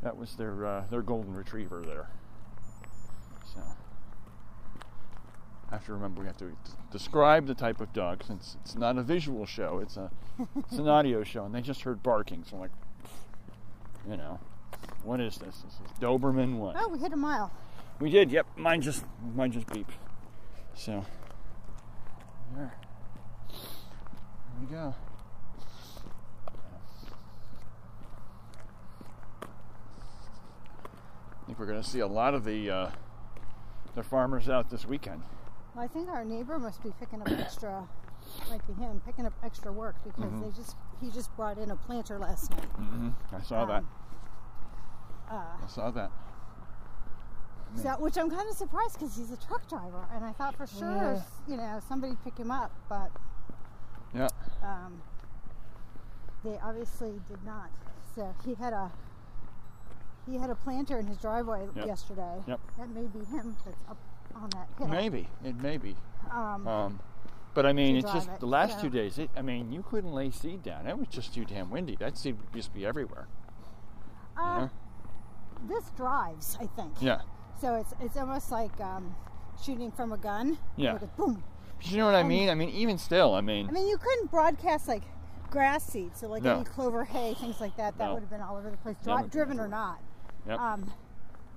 [SPEAKER 2] that was their uh, their golden retriever there. So I have to remember we have to d- describe the type of dog since it's not a visual show; it's a it's an audio show, and they just heard barking, so I'm like, you know, what is this? This is Doberman what?
[SPEAKER 1] oh, we hit a mile.
[SPEAKER 2] We did. Yep. Mine just mine just beeped. So there. There we go. I think we're gonna see a lot of the uh, the farmers out this weekend.
[SPEAKER 1] Well, I think our neighbor must be picking up extra. Might be him picking up extra work because they just he just brought in a planter last night.
[SPEAKER 2] Mm-hmm. I saw that.
[SPEAKER 1] Um, uh,
[SPEAKER 2] I saw that.
[SPEAKER 1] so, which I'm kind of surprised because he's a truck driver, and I thought for sure,
[SPEAKER 2] Yeah.
[SPEAKER 1] s- you know, somebody pick him up, but
[SPEAKER 2] Yeah.
[SPEAKER 1] um, they obviously did not. So he had a he had a planter in his driveway
[SPEAKER 2] Yep.
[SPEAKER 1] yesterday.
[SPEAKER 2] Yep.
[SPEAKER 1] That may be him that's up on that hill.
[SPEAKER 2] Maybe it may be.
[SPEAKER 1] Um,
[SPEAKER 2] Um, but I mean,
[SPEAKER 1] To
[SPEAKER 2] it's
[SPEAKER 1] drive
[SPEAKER 2] just
[SPEAKER 1] it,
[SPEAKER 2] the last
[SPEAKER 1] yeah.
[SPEAKER 2] two days. It, I mean, you couldn't lay seed down. It was just too damn windy. That seed would just be everywhere. yeah.
[SPEAKER 1] uh, This drives, I think.
[SPEAKER 2] Yeah.
[SPEAKER 1] So it's it's almost like um, shooting from a gun.
[SPEAKER 2] Yeah.
[SPEAKER 1] Like a boom.
[SPEAKER 2] But you know what I mean? I mean, even still, I mean,
[SPEAKER 1] I mean, you couldn't broadcast like grass seeds, so like
[SPEAKER 2] No.
[SPEAKER 1] any clover hay, things like that. That
[SPEAKER 2] No.
[SPEAKER 1] would have been all over the place,
[SPEAKER 2] That
[SPEAKER 1] dri-
[SPEAKER 2] would've been
[SPEAKER 1] driven or
[SPEAKER 2] everywhere.
[SPEAKER 1] not.
[SPEAKER 2] Yep.
[SPEAKER 1] Um,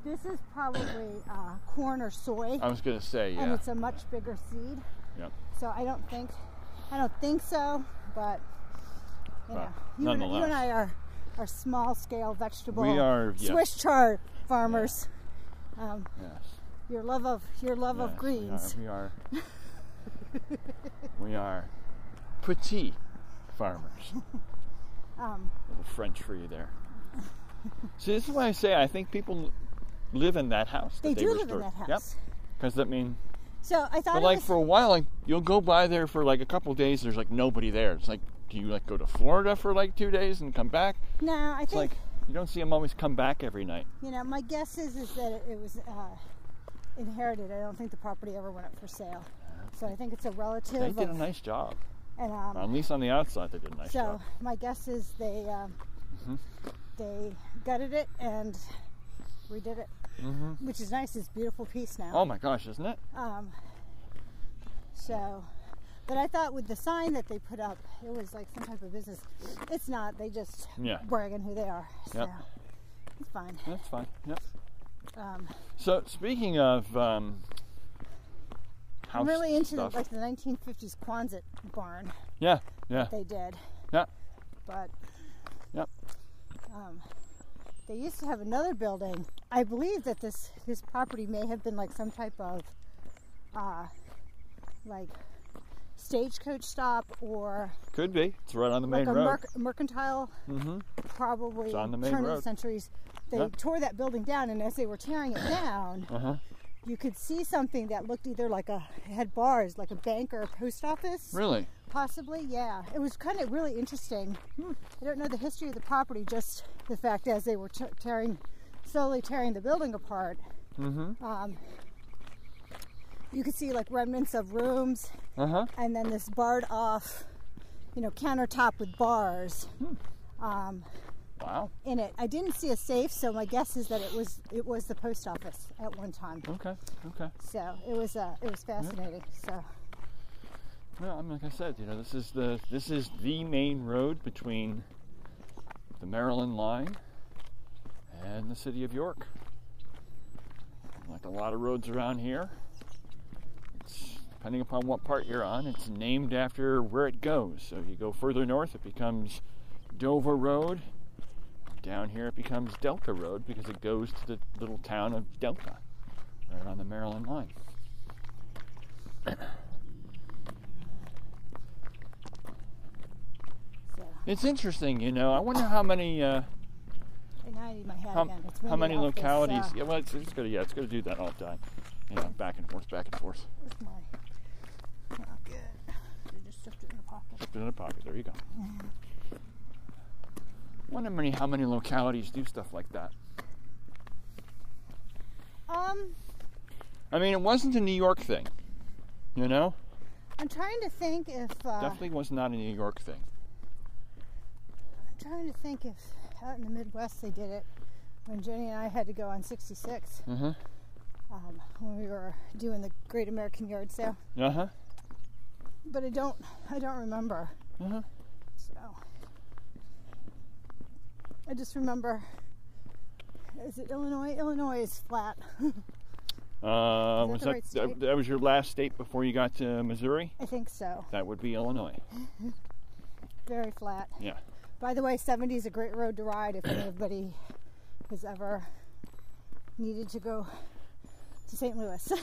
[SPEAKER 1] this is probably uh, corn or soy,
[SPEAKER 2] I was gonna say,
[SPEAKER 1] and
[SPEAKER 2] Oh, yeah,
[SPEAKER 1] it's a much bigger seed.
[SPEAKER 2] Yep.
[SPEAKER 1] So I don't think, I don't think so, but you
[SPEAKER 2] But
[SPEAKER 1] know, you and, you
[SPEAKER 2] nonetheless.
[SPEAKER 1] and I are are small scale vegetable
[SPEAKER 2] We are, yes.
[SPEAKER 1] Swiss chard farmers. Um,
[SPEAKER 2] yes,
[SPEAKER 1] your love of your love
[SPEAKER 2] yes,
[SPEAKER 1] of greens.
[SPEAKER 2] We are, we are, we are petit farmers.
[SPEAKER 1] Um,
[SPEAKER 2] Little French for you there. See, this is why I say I think people live in that house.
[SPEAKER 1] they
[SPEAKER 2] that they
[SPEAKER 1] do live in
[SPEAKER 2] restored.
[SPEAKER 1] that
[SPEAKER 2] Yep.
[SPEAKER 1] house.
[SPEAKER 2] Because that mean,
[SPEAKER 1] So I thought
[SPEAKER 2] but
[SPEAKER 1] it
[SPEAKER 2] like
[SPEAKER 1] was,
[SPEAKER 2] for a while, like you'll go by there for like a couple days. There's like nobody there. It's like, do you like go to Florida for like two days and come back?
[SPEAKER 1] no, I
[SPEAKER 2] It's
[SPEAKER 1] think
[SPEAKER 2] like you don't see them always come back every night.
[SPEAKER 1] you know. My guess is is that it, it was uh, inherited. I don't think the property ever went up for sale. So I think it's a relative.
[SPEAKER 2] They did a
[SPEAKER 1] of-
[SPEAKER 2] nice job.
[SPEAKER 1] and, um,
[SPEAKER 2] At least on the outside, they did a nice
[SPEAKER 1] So
[SPEAKER 2] job.
[SPEAKER 1] my guess is they um,
[SPEAKER 2] Mm-hmm.
[SPEAKER 1] they gutted it and redid it, which is nice. It's a beautiful piece now.
[SPEAKER 2] Mm-hmm. Oh my gosh, isn't it?
[SPEAKER 1] Um, so, but I thought with the sign that they put up, it was like some type of business. It's not. They just
[SPEAKER 2] Yeah.
[SPEAKER 1] bragging who they are. So
[SPEAKER 2] Yep.
[SPEAKER 1] it's fine.
[SPEAKER 2] That's fine. Yep.
[SPEAKER 1] Um,
[SPEAKER 2] So speaking of um, house
[SPEAKER 1] I'm really into the,
[SPEAKER 2] stuff,
[SPEAKER 1] like the 1950s Quonset barn
[SPEAKER 2] yeah, yeah,
[SPEAKER 1] they did,
[SPEAKER 2] yeah,
[SPEAKER 1] but
[SPEAKER 2] Yep.
[SPEAKER 1] Um, they used to have another building. I believe that this this property may have been like some type of, uh, like stagecoach stop or
[SPEAKER 2] could be. It's right on the main
[SPEAKER 1] like a
[SPEAKER 2] road. Mm-hmm.
[SPEAKER 1] merc- mercantile, probably
[SPEAKER 2] It's on the main
[SPEAKER 1] turn of the
[SPEAKER 2] road.
[SPEAKER 1] centuries. They
[SPEAKER 2] Yeah.
[SPEAKER 1] tore that building down, and as they were tearing it down,
[SPEAKER 2] Uh-huh.
[SPEAKER 1] you could see something that looked either like a it had bars, like a bank or a post office,
[SPEAKER 2] Really?
[SPEAKER 1] possibly. Yeah, it was kind of really interesting. Hmm. I don't know the history of the property, just the fact as they were t- tearing, slowly tearing the building apart.
[SPEAKER 2] Mm-hmm.
[SPEAKER 1] Um, you could see like remnants of rooms
[SPEAKER 2] Uh huh.
[SPEAKER 1] and then this barred off, you know, countertop with bars
[SPEAKER 2] Hmm.
[SPEAKER 1] um,
[SPEAKER 2] Wow.
[SPEAKER 1] in it. I didn't see a safe, so my guess is that it was it was the post office at one time.
[SPEAKER 2] Okay. Okay.
[SPEAKER 1] So it was uh, it was fascinating. So
[SPEAKER 2] Well, I mean, like I said, you know, this is the this is the main road between the Maryland line and the city of York. Like a lot of roads around here, it's depending upon what part you're on, it's named after where it goes. So you go further north, it becomes Dover Road. Down here, it becomes Delta Road because it goes to the little town of Delta, right on the Maryland line.
[SPEAKER 1] so
[SPEAKER 2] It's interesting, you know. I wonder how many. Uh,
[SPEAKER 1] and I need my hat
[SPEAKER 2] how,
[SPEAKER 1] again. It's
[SPEAKER 2] how
[SPEAKER 1] windy
[SPEAKER 2] many
[SPEAKER 1] out this, uh,
[SPEAKER 2] localities? yeah, well, it's, it's gonna yeah, it's gonna do that all the time. Yeah, back and forth, back and forth.
[SPEAKER 1] with my- not good. I just stuffed it in the pocket.
[SPEAKER 2] Put it in the pocket. There you go. Wonder many how many localities do stuff like that.
[SPEAKER 1] Um,
[SPEAKER 2] I mean, it wasn't a New York thing, you know.
[SPEAKER 1] I'm trying to think if uh,
[SPEAKER 2] Definitely was not a New York thing.
[SPEAKER 1] I'm trying to think if out in the Midwest they did it when Jenny and I had to go on 66
[SPEAKER 2] Uh
[SPEAKER 1] um, when we were doing the Great American Yard Sale,
[SPEAKER 2] huh. Uh huh.
[SPEAKER 1] but I don't I don't remember.
[SPEAKER 2] Mhm.
[SPEAKER 1] So I just remember. Is it Illinois? Illinois is flat.
[SPEAKER 2] Uh,
[SPEAKER 1] Is that
[SPEAKER 2] was
[SPEAKER 1] the
[SPEAKER 2] that
[SPEAKER 1] right
[SPEAKER 2] that,
[SPEAKER 1] state?
[SPEAKER 2] that was your last state before you got to Missouri?
[SPEAKER 1] I think so.
[SPEAKER 2] That would be Illinois.
[SPEAKER 1] Very flat.
[SPEAKER 2] Yeah.
[SPEAKER 1] By the way, 70 is a great road to ride if anybody has ever needed to go to St. Louis.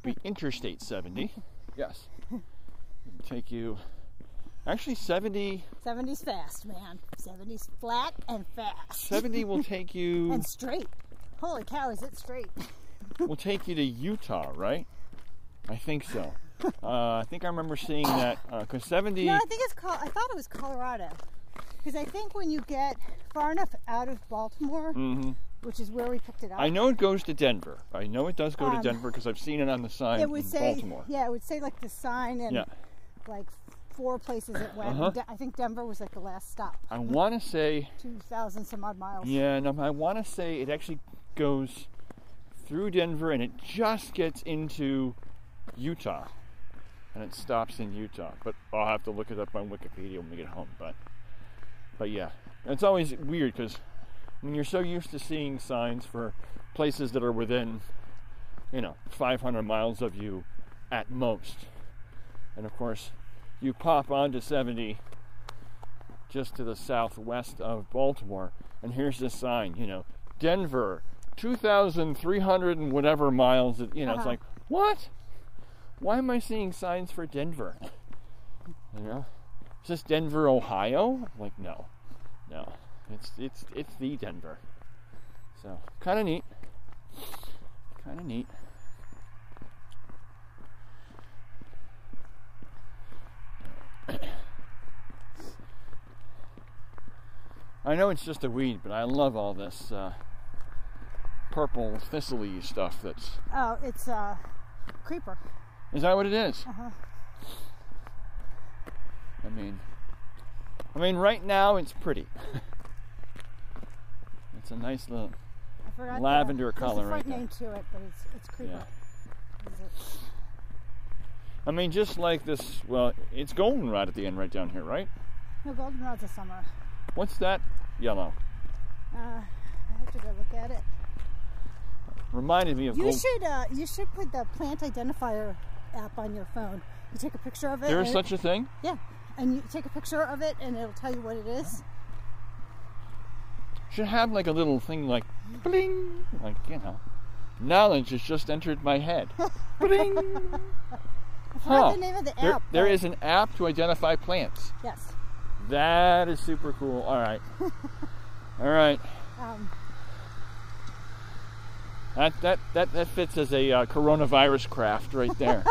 [SPEAKER 2] be Interstate 70. Yes. It'll take you. Actually, 70.
[SPEAKER 1] 70's fast, man. 70's flat and fast.
[SPEAKER 2] 70 will take you.
[SPEAKER 1] And straight. Holy cow, is it straight?
[SPEAKER 2] will take you to Utah, right? I think so. Uh, I think I remember seeing that uh, because 70.
[SPEAKER 1] No, I think it's called. I thought it was Colorado, because I think when you get far enough out of Baltimore,
[SPEAKER 2] Mhm.
[SPEAKER 1] which is where we picked it up,
[SPEAKER 2] I know it goes to Denver. I know it does go to
[SPEAKER 1] Um,
[SPEAKER 2] Denver because I've seen it on the sign
[SPEAKER 1] it would
[SPEAKER 2] in
[SPEAKER 1] say,
[SPEAKER 2] Baltimore.
[SPEAKER 1] yeah, it would say like the sign and
[SPEAKER 2] Yeah.
[SPEAKER 1] like four places it went.
[SPEAKER 2] Uh-huh.
[SPEAKER 1] De- I think Denver was like the last stop,
[SPEAKER 2] I want to say.
[SPEAKER 1] two thousand some odd miles.
[SPEAKER 2] Yeah, and I want to say it actually goes through Denver and it just gets into Utah. And it stops in Utah. But I'll have to look it up on Wikipedia when we get home. But but yeah, it's always weird because when you're so used to seeing signs for places that are within, you know, 500 miles of you at most. And of course, you pop onto 70 just to the southwest of Baltimore, and here's this sign, you know, Denver, 2,300 and whatever miles. You know, it's
[SPEAKER 1] Uh-huh.
[SPEAKER 2] like, what? Why am I seeing signs for Denver? You know, is this Denver, Ohio? Like, no, no, it's it's it's the Denver. So kind of neat, kind of neat. I know it's just a weed, but I love all this uh, purple thistle stuff. That's
[SPEAKER 1] Oh, it's uh, creeper.
[SPEAKER 2] is that what it is?
[SPEAKER 1] Uh-huh.
[SPEAKER 2] I mean, I mean, right now it's pretty. it's a nice little.
[SPEAKER 1] I forgot the-
[SPEAKER 2] Lavender
[SPEAKER 1] there's
[SPEAKER 2] color
[SPEAKER 1] a
[SPEAKER 2] right
[SPEAKER 1] front
[SPEAKER 2] there.
[SPEAKER 1] name to it, but it's it's creeper. Is it?
[SPEAKER 2] I mean, just like this. Well, it's goldenrod at the end, right down here, right?
[SPEAKER 1] No, goldenrod's a summer.
[SPEAKER 2] What's that yellow?
[SPEAKER 1] Uh, I have to go look at it.
[SPEAKER 2] Reminded me of
[SPEAKER 1] You
[SPEAKER 2] gold.
[SPEAKER 1] should uh, you should put the plant identifier app on your phone. You take a picture of it.
[SPEAKER 2] There is
[SPEAKER 1] and-
[SPEAKER 2] such a thing.
[SPEAKER 1] yeah, and you take a picture of it, and it'll tell you what it is.
[SPEAKER 2] Should have like a little thing like bling, like you know. Knowledge has just entered my head. bling.
[SPEAKER 1] What's the name of the
[SPEAKER 2] There,
[SPEAKER 1] app?
[SPEAKER 2] there
[SPEAKER 1] but-
[SPEAKER 2] is an app to identify plants.
[SPEAKER 1] Yes.
[SPEAKER 2] That is super cool. All right. All right.
[SPEAKER 1] Um,
[SPEAKER 2] That that that, that fits as a uh, coronavirus craft right there.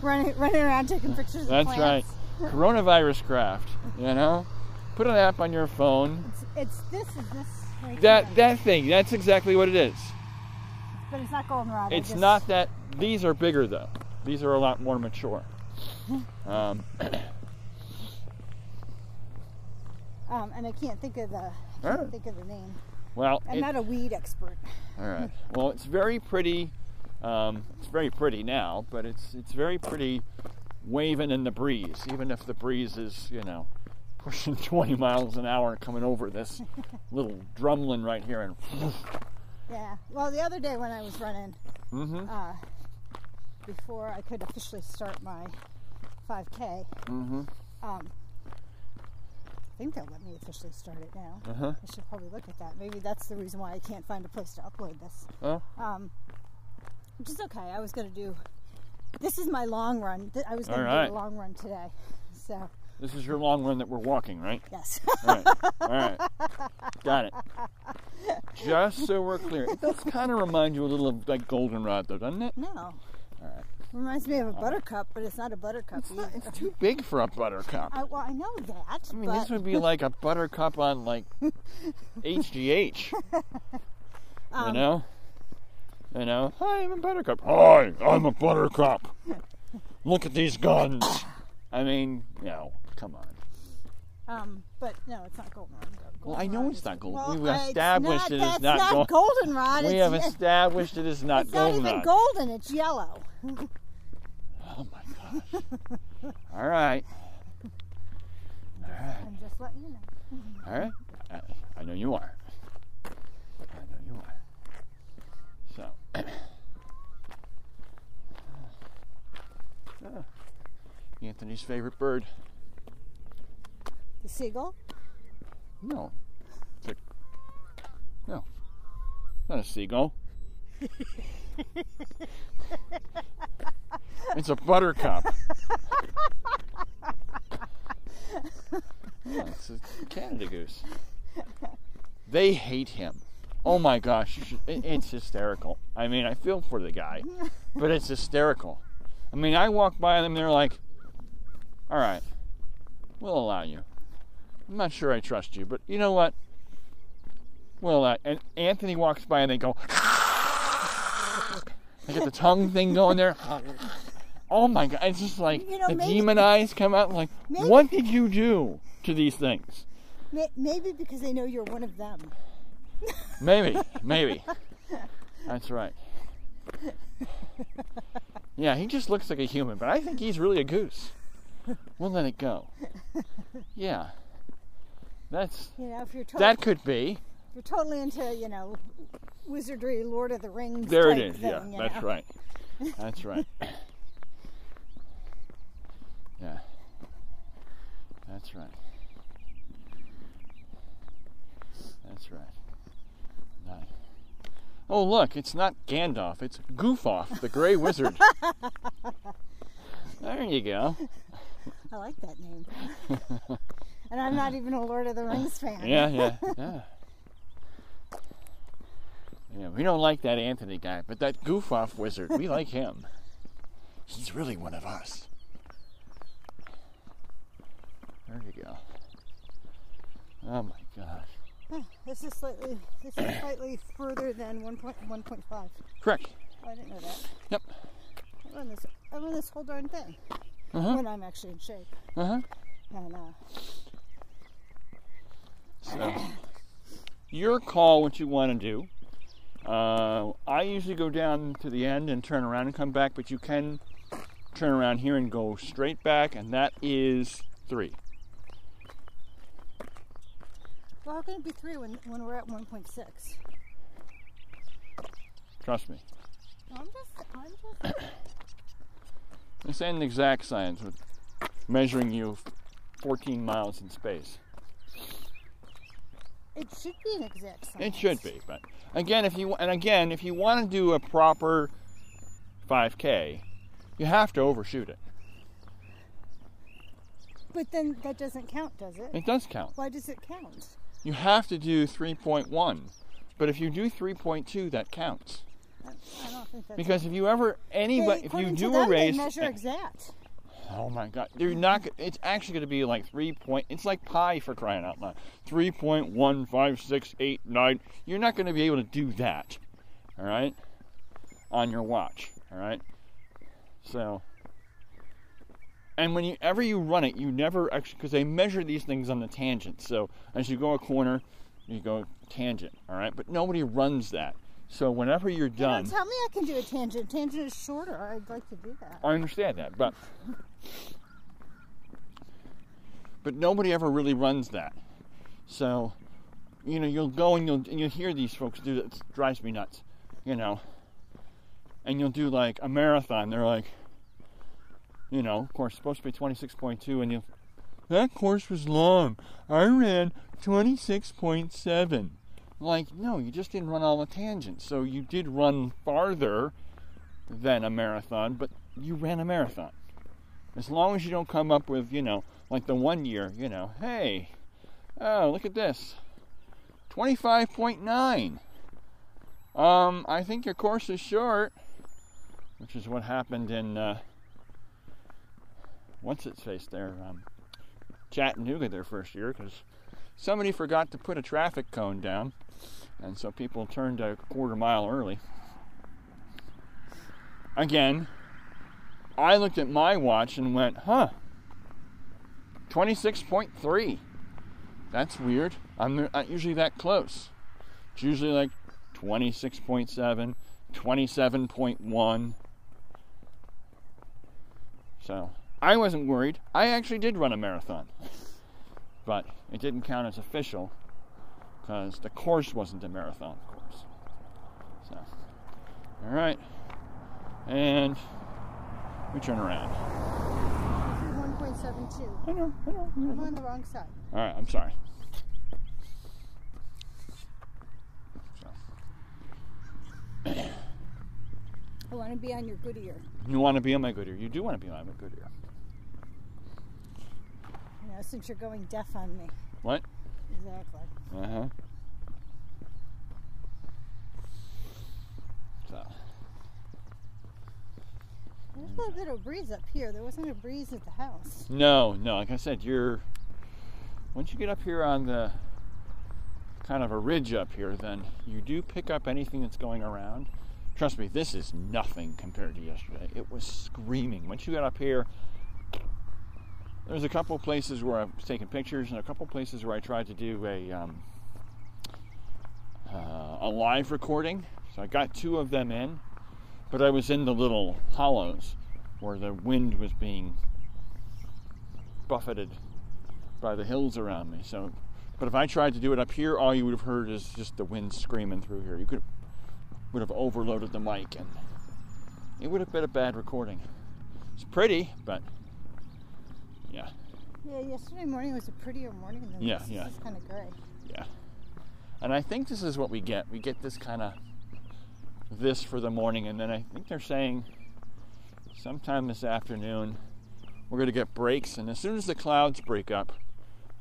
[SPEAKER 1] running running around taking pictures.
[SPEAKER 2] That's
[SPEAKER 1] of
[SPEAKER 2] right.
[SPEAKER 1] plants.
[SPEAKER 2] Coronavirus craft. You know, put an app on your phone.
[SPEAKER 1] It's, it's this is this right
[SPEAKER 2] That
[SPEAKER 1] here.
[SPEAKER 2] that thing. That's exactly what it is.
[SPEAKER 1] but it's not goldenrod. I
[SPEAKER 2] It's
[SPEAKER 1] just-
[SPEAKER 2] not that these are bigger though. These are a lot more mature. Um,
[SPEAKER 1] Um, and I can't think of the I can't
[SPEAKER 2] Alright.
[SPEAKER 1] think of the name.
[SPEAKER 2] well,
[SPEAKER 1] I'm
[SPEAKER 2] it-
[SPEAKER 1] not a weed expert.
[SPEAKER 2] all right. Well, it's very pretty. Um, it's very pretty now, but it's it's very pretty, waving in the breeze. Even if the breeze is you know pushing 20 miles an hour and coming over this little drumlin right here, and
[SPEAKER 1] Yeah. Well, the other day when I was running,
[SPEAKER 2] Mhm.
[SPEAKER 1] uh, before I could officially start my 5K,
[SPEAKER 2] Mhm.
[SPEAKER 1] um, I think they'll let me officially start it now.
[SPEAKER 2] Uh-huh.
[SPEAKER 1] I should probably look at that. Maybe that's the reason why I can't find a place to upload this.
[SPEAKER 2] Oh.
[SPEAKER 1] Um, which is okay. I was going to do. This is my long run. Th- I was going to
[SPEAKER 2] Alright.
[SPEAKER 1] do a long run today. So,
[SPEAKER 2] this is your long run that we're walking, right?
[SPEAKER 1] yes.
[SPEAKER 2] All right. All right. Got it. Just so we're clear, it does kind of remind you a little of like goldenrod, though, doesn't it?
[SPEAKER 1] no. Reminds me of a buttercup, but it's not a buttercup.
[SPEAKER 2] It's, not,
[SPEAKER 1] either.
[SPEAKER 2] it's too big for a buttercup.
[SPEAKER 1] I, well, I know that.
[SPEAKER 2] I mean,
[SPEAKER 1] but
[SPEAKER 2] this would be like a buttercup on like HGH.
[SPEAKER 1] um,
[SPEAKER 2] you know? You know? Hi, I'm a buttercup. Hi, I'm a buttercup. Look at these guns. I mean, no, come on.
[SPEAKER 1] Um, but no, it's not goldenrod.
[SPEAKER 2] Well, I know
[SPEAKER 1] Goldenrod
[SPEAKER 2] it's
[SPEAKER 1] is-
[SPEAKER 2] not gold.
[SPEAKER 1] Well,
[SPEAKER 2] We've
[SPEAKER 1] uh, it's
[SPEAKER 2] established
[SPEAKER 1] not,
[SPEAKER 2] it is
[SPEAKER 1] that's
[SPEAKER 2] not, gold.
[SPEAKER 1] goldenrod.
[SPEAKER 2] We
[SPEAKER 1] it's,
[SPEAKER 2] have established it is not
[SPEAKER 1] it's not even
[SPEAKER 2] goldenrod.
[SPEAKER 1] golden. It's yellow.
[SPEAKER 2] Oh my gosh. All right.
[SPEAKER 1] I'm just letting you know.
[SPEAKER 2] All right. I, I know you are. I know you are. So. Ah. Anthony's favorite bird.
[SPEAKER 1] The seagull.
[SPEAKER 2] No. It's a, no. It's not a seagull. it's a buttercup. No, it's a Canada goose. They hate him. Oh my gosh, you should- it- it's hysterical. I mean, I feel for the guy, but it's hysterical. I mean, I walk by them, they're like, all right, we'll allow you. I'm not sure I trust you, but you know what? Well, uh, and Anthony walks by and they go, they get the tongue thing going there. Oh my god, it's just like
[SPEAKER 1] You know,
[SPEAKER 2] the
[SPEAKER 1] maybe-
[SPEAKER 2] demon eyes come out. Like,
[SPEAKER 1] Maybe-
[SPEAKER 2] what did you do to these things?
[SPEAKER 1] May- Maybe because they know you're one of them.
[SPEAKER 2] Maybe, maybe. That's right. Yeah, he just looks like a human, but I think he's really a goose. We'll let it go. Yeah, that's
[SPEAKER 1] You know, if you're, tot-
[SPEAKER 2] that could be.
[SPEAKER 1] if you're totally into, you know, wizardry, Lord of the Rings.
[SPEAKER 2] There it
[SPEAKER 1] type
[SPEAKER 2] is.
[SPEAKER 1] thing,
[SPEAKER 2] Yeah,
[SPEAKER 1] you
[SPEAKER 2] that's
[SPEAKER 1] know.
[SPEAKER 2] right. That's right. yeah, that's right. That's right. Nice. Oh look, it's not Gandalf. It's Goof Off, the Gray Wizard. there you go.
[SPEAKER 1] I like that name. and I'm not even a Lord of the Rings fan.
[SPEAKER 2] Yeah, yeah, yeah. Yeah, we don't like that Anthony guy, but that goof off wizard, we like him. He's really one of us. There you go. Oh my gosh.
[SPEAKER 1] This is slightly, this is slightly further than 1.1.5. Oh,
[SPEAKER 2] Correct.
[SPEAKER 1] I didn't know that.
[SPEAKER 2] Yep.
[SPEAKER 1] I run this, I run this whole darn thing
[SPEAKER 2] Uh-huh.
[SPEAKER 1] when I'm actually in shape.
[SPEAKER 2] Uh huh.
[SPEAKER 1] And uh,
[SPEAKER 2] So, your call what you want to do. Uh, I usually go down to the end and turn around and come back, but you can turn around here and go straight back, and that is three.
[SPEAKER 1] well, how can it be three when, when we're at 1.6?
[SPEAKER 2] Trust me.
[SPEAKER 1] I'm just, I'm just.
[SPEAKER 2] This ain't exact science with measuring you 14 miles in space.
[SPEAKER 1] It should be an exact
[SPEAKER 2] It
[SPEAKER 1] science.
[SPEAKER 2] should be, but again, if you and again, if you want to do a proper 5K, you have to overshoot it.
[SPEAKER 1] But then that doesn't count, does it?
[SPEAKER 2] It does count.
[SPEAKER 1] Why does it count?
[SPEAKER 2] You have to do 3.1, but if you do 3.2, that counts.
[SPEAKER 1] I I don't think that's
[SPEAKER 2] Because if you ever
[SPEAKER 1] They-
[SPEAKER 2] anybody, if you
[SPEAKER 1] according to
[SPEAKER 2] do
[SPEAKER 1] them,
[SPEAKER 2] a race,
[SPEAKER 1] They measure exact.
[SPEAKER 2] Oh my god. They're not go- it's actually gonna be like three point it's like pi for crying out loud. Three point one five six eight nine. You're not gonna be able to do that. Alright? on your watch. All right. So, and whenever you run it, you never actually because they measure these things on the tangent. So as you go a corner, you go tangent. All right, but nobody runs that. So whenever you're
[SPEAKER 1] Don't
[SPEAKER 2] done,
[SPEAKER 1] tell me I can do a tangent. Tangent is shorter. I'd like to do that.
[SPEAKER 2] I understand that, but but nobody ever really runs that. So, you know, you'll go and you'll and you'll hear these folks do that. It drives me nuts, you know. And you'll do like a marathon. They're like, you know, of course, it's supposed to be twenty six point two, and you that course was long. I ran twenty six point seven. Like, no, you just didn't run all the tangents. So you did run farther than a marathon, but you ran a marathon. As long as you don't come up with, you know, like the one year, you know, hey, oh, look at this. 25.9. Um, I think your course is short, which is what happened in, uh, what's its face there, um, Chattanooga their first year, because somebody forgot to put a traffic cone down, and so people turned a quarter mile early again, I looked at my watch and went, huh, 26.3. That's weird. I'm not usually that close. It's usually like 26.7, 27.1. So I wasn't worried. I actually did run a marathon, but it didn't count as official because the course wasn't a marathon course. So, all right and we turn around.
[SPEAKER 1] 1.72.
[SPEAKER 2] I know, I know. I
[SPEAKER 1] I'm
[SPEAKER 2] know.
[SPEAKER 1] on the wrong side.
[SPEAKER 2] All right, I'm sorry. So,
[SPEAKER 1] I want to be on your good ear.
[SPEAKER 2] you want to be on my good ear? You do want to be on my good ear.
[SPEAKER 1] You know, since you're going deaf on me.
[SPEAKER 2] What?
[SPEAKER 1] Exactly.
[SPEAKER 2] Uh huh. So,
[SPEAKER 1] There's a little bit of breeze up here. There wasn't a breeze at the house.
[SPEAKER 2] no, no. Like I said, you're once you get up here on the kind of a ridge up here, then you do pick up anything that's going around. Trust me, this is nothing compared to yesterday. It was screaming. Once you got up here, there's a couple places where I've taken pictures and a couple places where I tried to do a um, uh, a live recording. So I got two of them in, but I was in the little hollows where the wind was being buffeted by the hills around me. So, but if I tried to do it up here, all you would have heard is just the wind screaming through here. You could would have overloaded the mic, and it would have been a bad recording. It's pretty, but yeah.
[SPEAKER 1] Yeah, yesterday morning was a prettier morning than
[SPEAKER 2] Yeah,
[SPEAKER 1] this.
[SPEAKER 2] yeah.
[SPEAKER 1] This is kind of gray.
[SPEAKER 2] Yeah. And I think this is what we get. We get this kind of this for the morning, and then I think they're saying sometime this afternoon we're going to get breaks, and as soon as the clouds break up,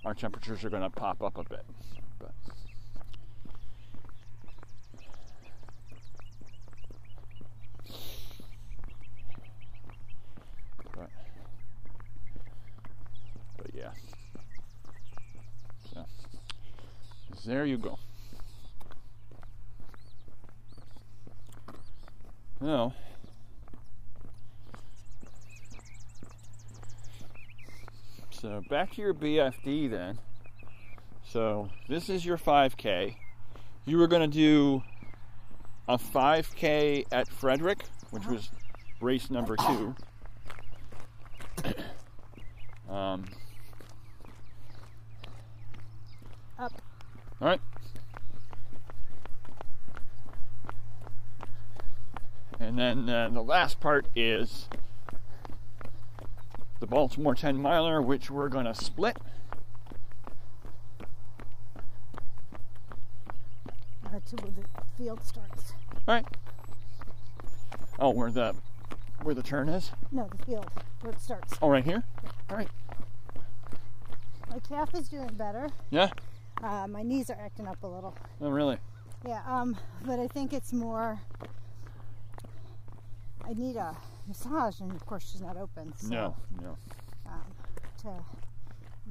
[SPEAKER 2] our temperatures are going to pop up a bit. But but, but yeah. So. There you go. Now, so back to your BFD then. So this is your 5K. You were going to do a 5K at Frederick, which was race number two. um,
[SPEAKER 1] Up.
[SPEAKER 2] all right. And then uh, the last part is the Baltimore 10 miler, which we're going to split.
[SPEAKER 1] Uh, to where the field starts.
[SPEAKER 2] All right. Oh, where the where the turn is?
[SPEAKER 1] No, the field where it starts.
[SPEAKER 2] Oh, right here. All right.
[SPEAKER 1] My calf is doing better.
[SPEAKER 2] Yeah.
[SPEAKER 1] Uh, my knees are acting up a little.
[SPEAKER 2] Oh, really?
[SPEAKER 1] Yeah, um, but I think it's more. I need a massage, and of course she's not open. So,
[SPEAKER 2] No. No.
[SPEAKER 1] Um, to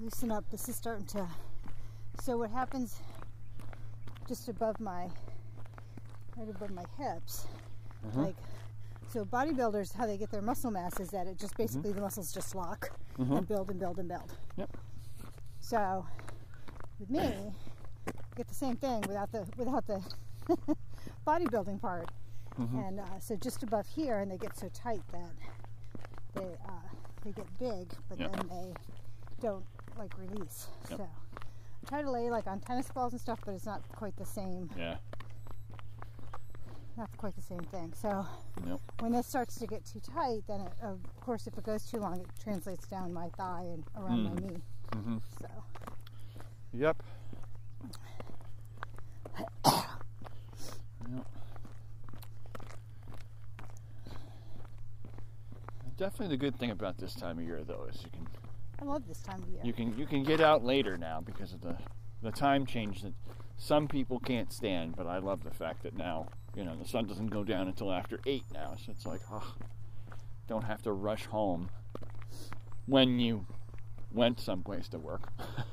[SPEAKER 1] loosen up, this is starting to. So what happens, just above my, right above my hips,
[SPEAKER 2] Uh-huh.
[SPEAKER 1] Like, so bodybuilders, how they get their muscle mass is that it just basically the muscles just lock
[SPEAKER 2] mm-hmm,
[SPEAKER 1] and build and build and build.
[SPEAKER 2] Yep.
[SPEAKER 1] So with me, get the same thing without the without the bodybuilding part.
[SPEAKER 2] mm-hmm.
[SPEAKER 1] And uh, so just above here, and they get so tight that they uh, they get big, but
[SPEAKER 2] Yep.
[SPEAKER 1] then they don't like release.
[SPEAKER 2] Yep.
[SPEAKER 1] So I try to lay like on tennis balls and stuff, but it's not quite the same
[SPEAKER 2] Yeah.
[SPEAKER 1] not quite the same thing. So
[SPEAKER 2] Nope.
[SPEAKER 1] when this starts to get too tight, then it, of course if it goes too long, it translates down my thigh and around my knee.
[SPEAKER 2] Mhm.
[SPEAKER 1] So
[SPEAKER 2] Yep. yep. Definitely the good thing about this time of year though is you can
[SPEAKER 1] I love this time of year.
[SPEAKER 2] you can you can get out later now because of the the time change that some people can't stand, but I love the fact that now, you know, the sun doesn't go down until after 8 now. So it's like, oh, don't have to rush home when you went someplace to work.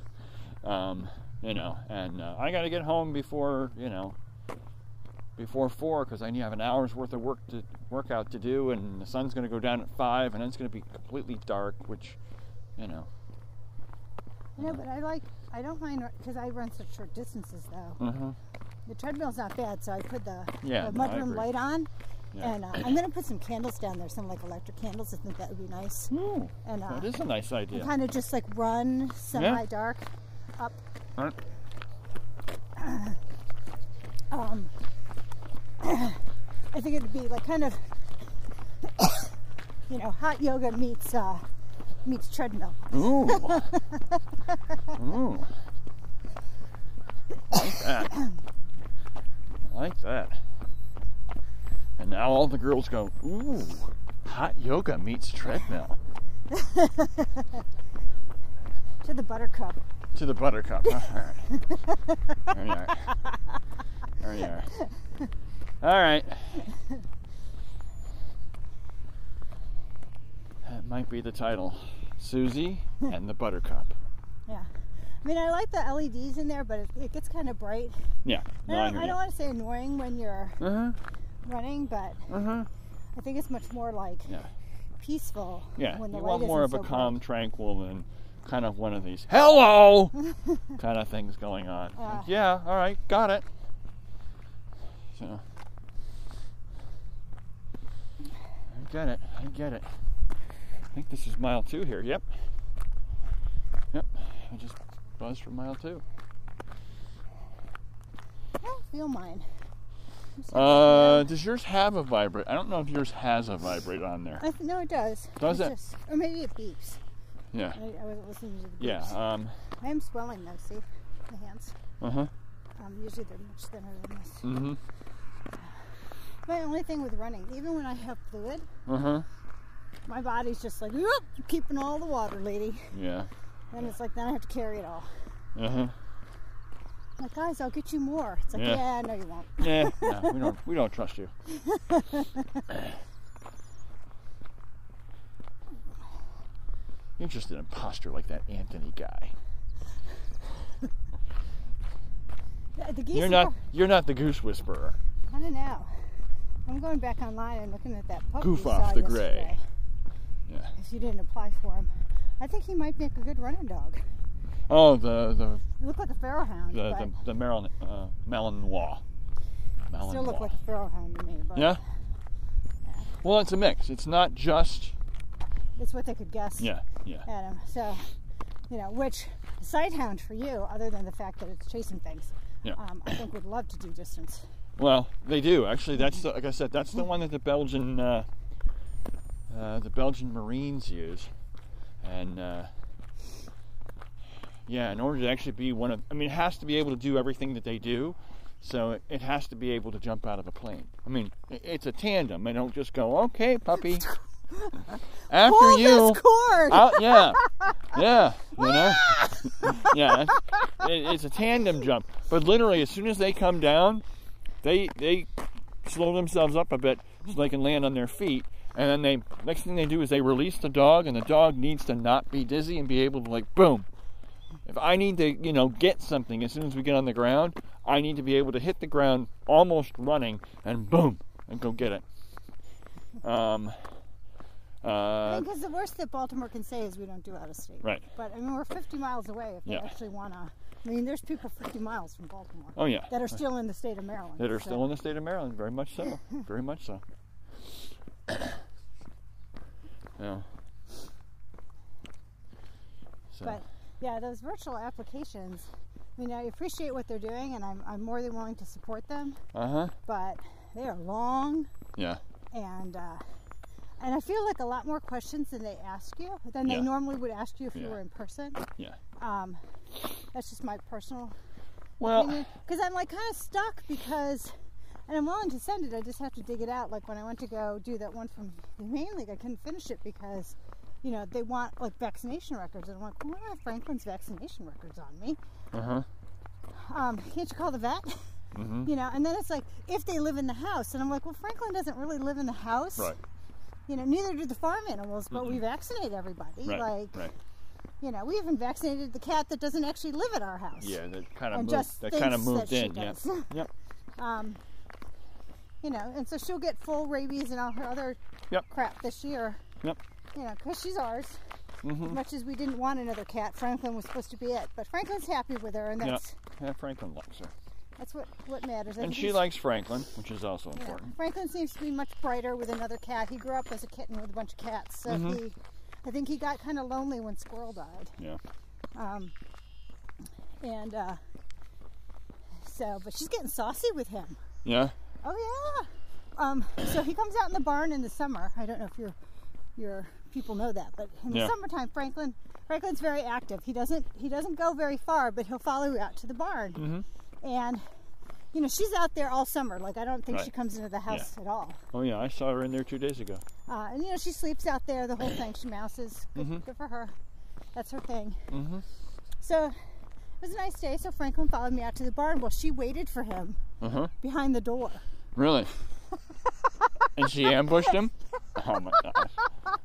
[SPEAKER 2] um, you know, and uh, I got to get home before, you know, before 4 cuz I need to have an hour's worth of work to workout to do and the sun's going to go down at 5 and then it's going to be completely dark, which you know,
[SPEAKER 1] no, but I like I don't mind because I run such short distances though.
[SPEAKER 2] uh-huh.
[SPEAKER 1] The treadmill's not bad, so I put the,
[SPEAKER 2] Yeah,
[SPEAKER 1] the
[SPEAKER 2] no, I
[SPEAKER 1] mudroom
[SPEAKER 2] agree.
[SPEAKER 1] light on,
[SPEAKER 2] Yeah.
[SPEAKER 1] and uh, I'm gonna put some candles down there, some like electric candles. I think that would be nice.
[SPEAKER 2] Ooh,
[SPEAKER 1] And uh,
[SPEAKER 2] that is a nice idea.
[SPEAKER 1] kind of just like run semi-dark up.
[SPEAKER 2] Right.
[SPEAKER 1] Um, I think it'd be like kind of, you know, hot yoga meets uh, meets treadmill.
[SPEAKER 2] Ooh. Ooh. I like that. I like that. And now all the girls go, ooh, hot yoga meets treadmill.
[SPEAKER 1] to the buttercup.
[SPEAKER 2] To the buttercup. Huh? All right. There you are. There you are. All right. That might be the title Susie and the Buttercup.
[SPEAKER 1] Yeah. I mean, I like the LEDs in there, but it, it gets kind of bright.
[SPEAKER 2] Yeah.
[SPEAKER 1] I don't, I don't want to say annoying when you're
[SPEAKER 2] Uh
[SPEAKER 1] running, but
[SPEAKER 2] huh. Uh huh.
[SPEAKER 1] I think it's much more like
[SPEAKER 2] Yeah.
[SPEAKER 1] peaceful.
[SPEAKER 2] Yeah,
[SPEAKER 1] When the
[SPEAKER 2] you
[SPEAKER 1] light
[SPEAKER 2] want more of
[SPEAKER 1] isn't
[SPEAKER 2] a
[SPEAKER 1] so bright.
[SPEAKER 2] calm, tranquil, and kind of one of these "hello" kind of things going on.
[SPEAKER 1] Yeah.
[SPEAKER 2] Like, yeah, all right, got it. So, I get it. I get it. I think this is mile two here. Yep. Yep. I just buzzed from mile two.
[SPEAKER 1] I don't feel mine. I'm so-
[SPEAKER 2] Uh, does yours have a vibrate? I don't know if yours has a vibrate on there.
[SPEAKER 1] I th- no, it does.
[SPEAKER 2] Does
[SPEAKER 1] It's
[SPEAKER 2] it?
[SPEAKER 1] just- or maybe it beeps.
[SPEAKER 2] Yeah.
[SPEAKER 1] I, I wasn't listening to the beeps.
[SPEAKER 2] Yeah. Um.
[SPEAKER 1] I am swelling though. See, my hands.
[SPEAKER 2] Uh huh.
[SPEAKER 1] Um, usually they're much thinner than this.
[SPEAKER 2] Mm
[SPEAKER 1] My only thing with running, even when I have fluid,
[SPEAKER 2] hmm. Uh
[SPEAKER 1] Uh-huh.
[SPEAKER 2] huh.
[SPEAKER 1] my body's just like, "Oop, keeping all the water, lady.
[SPEAKER 2] Yeah.
[SPEAKER 1] Then it's like, then I have to carry it all.
[SPEAKER 2] Uh
[SPEAKER 1] Uh-huh.
[SPEAKER 2] huh.
[SPEAKER 1] I'm like, guys, I'll get you more. It's like,
[SPEAKER 2] Yeah.
[SPEAKER 1] yeah, no, you won't.
[SPEAKER 2] Yeah, no, we don't. We don't trust you. You're just an imposter like that Anthony guy.
[SPEAKER 1] The, the geese
[SPEAKER 2] You're
[SPEAKER 1] are-
[SPEAKER 2] not. You're not the goose whisperer.
[SPEAKER 1] I don't know. I'm going back online and looking at that pup.
[SPEAKER 2] Goof
[SPEAKER 1] we
[SPEAKER 2] off
[SPEAKER 1] saw
[SPEAKER 2] the
[SPEAKER 1] yesterday,
[SPEAKER 2] Yeah.
[SPEAKER 1] If you didn't apply for him, I think he might make a good running dog.
[SPEAKER 2] Oh, the the
[SPEAKER 1] He looked like a feral hound,
[SPEAKER 2] the
[SPEAKER 1] but
[SPEAKER 2] the, the Marilyn uh, Malinois. Malinois.
[SPEAKER 1] still looked like a feral hound to me. But
[SPEAKER 2] yeah. Well, it's a mix. It's not just.
[SPEAKER 1] it's what they could guess
[SPEAKER 2] Yeah. Yeah.
[SPEAKER 1] at him. So, you know, which a sight hound for you, other than the fact that it's chasing things,
[SPEAKER 2] Yeah.
[SPEAKER 1] um, I think would love to do distance.
[SPEAKER 2] Well, they do actually. That's the, like I said. That's the one that the Belgian uh, uh, the Belgian Marines use, and uh, yeah, in order to actually be one of, I mean, it has to be able to do everything that they do. So it, it has to be able to jump out of a plane. I mean, i- it's a tandem. They don't just go, okay, puppy. After
[SPEAKER 1] Pull
[SPEAKER 2] you,
[SPEAKER 1] this cord.
[SPEAKER 2] out, yeah, yeah, you know, yeah. that's- It, it's a tandem jump, but literally, as soon as they come down, they they slow themselves up a bit so they can land on their feet, and then they next thing they do is they release the dog, and the dog needs to not be dizzy and be able to like boom. If I need to, you know, get something as soon as we get on the ground, I need to be able to hit the ground almost running and boom and go get it. Um, uh,
[SPEAKER 1] Because the worst that Baltimore can say is we don't do out of state.
[SPEAKER 2] right.
[SPEAKER 1] But I mean, we're 50 miles away if they
[SPEAKER 2] Yeah.
[SPEAKER 1] actually want to. I mean, there's people 50 miles from Baltimore
[SPEAKER 2] Oh yeah.
[SPEAKER 1] that are still in the state of Maryland.
[SPEAKER 2] that are
[SPEAKER 1] so-
[SPEAKER 2] still in the state of Maryland. Very much so. very much so. yeah. So,
[SPEAKER 1] But yeah, those virtual applications. I mean, I appreciate what they're doing, and I'm, I'm more than willing to support them.
[SPEAKER 2] uh huh.
[SPEAKER 1] But they are long,
[SPEAKER 2] Yeah.
[SPEAKER 1] and uh, and I feel like a lot more questions than they ask you than
[SPEAKER 2] Yeah.
[SPEAKER 1] they normally would ask you if you
[SPEAKER 2] Yeah.
[SPEAKER 1] were in person.
[SPEAKER 2] Yeah.
[SPEAKER 1] Um, that's just my personal
[SPEAKER 2] Well,
[SPEAKER 1] because I'm like kind of stuck because, and I'm willing to send it. I just have to dig it out. Like when I went to go do that one from the main league, I couldn't finish it because, you know, they want like vaccination records, and I'm like, well, I don't have Franklin's vaccination records on me.
[SPEAKER 2] uh huh.
[SPEAKER 1] Um, can't you call the vet?
[SPEAKER 2] Mm-hmm.
[SPEAKER 1] You know, and then it's like if they live in the house, and I'm like, well, Franklin doesn't really live in the house.
[SPEAKER 2] Right.
[SPEAKER 1] You know, neither do the farm animals, but we vaccinate everybody.
[SPEAKER 2] Right.
[SPEAKER 1] like,
[SPEAKER 2] right.
[SPEAKER 1] you know, we even vaccinated the cat that doesn't actually live at our house.
[SPEAKER 2] Yeah. That kind of
[SPEAKER 1] and
[SPEAKER 2] moved.
[SPEAKER 1] just
[SPEAKER 2] that kind of moved
[SPEAKER 1] thinks that she
[SPEAKER 2] in. Yeah.
[SPEAKER 1] does.
[SPEAKER 2] Yep.
[SPEAKER 1] um, you know, and so she'll get full rabies and all her other
[SPEAKER 2] Yep.
[SPEAKER 1] crap this year.
[SPEAKER 2] Yep.
[SPEAKER 1] You know, because she's ours. As
[SPEAKER 2] Mhm.
[SPEAKER 1] much as we didn't want another cat, Franklin was supposed to be it. But Franklin's happy with her, and
[SPEAKER 2] Yeah.
[SPEAKER 1] that's
[SPEAKER 2] Yeah. Franklin likes her,
[SPEAKER 1] that's what what matters. I
[SPEAKER 2] and
[SPEAKER 1] think
[SPEAKER 2] she
[SPEAKER 1] he's-
[SPEAKER 2] likes Franklin, which is also
[SPEAKER 1] yeah.
[SPEAKER 2] important.
[SPEAKER 1] Franklin seems to be much brighter with another cat. He grew up as a kitten with a bunch of cats, so
[SPEAKER 2] Mm-hmm.
[SPEAKER 1] he, I think he got kind of lonely when Squirrel died.
[SPEAKER 2] Yeah.
[SPEAKER 1] Um, and uh, so, but she's getting saucy with him.
[SPEAKER 2] Yeah.
[SPEAKER 1] Oh yeah. Um, so he comes out in the barn in the summer. I don't know if your your people know that, but in
[SPEAKER 2] Yeah.
[SPEAKER 1] the summertime, Franklin Franklin's very active. He doesn't he doesn't go very far, but he'll follow you out to the barn.
[SPEAKER 2] Mm. Mm-hmm.
[SPEAKER 1] And you know she's out there all summer. Like I don't think she
[SPEAKER 2] Right.
[SPEAKER 1] comes into the house at all.
[SPEAKER 2] Oh yeah. I saw her in there two days ago.
[SPEAKER 1] Uh, and you know she sleeps out there the whole thing. She mouses. Good, good for her. That's her thing.
[SPEAKER 2] Mhm.
[SPEAKER 1] So it was a nice day. So Franklin followed me out to the barn. Well, she waited for him
[SPEAKER 2] Uh huh.
[SPEAKER 1] behind the door.
[SPEAKER 2] Really? and she ambushed him? Oh my gosh.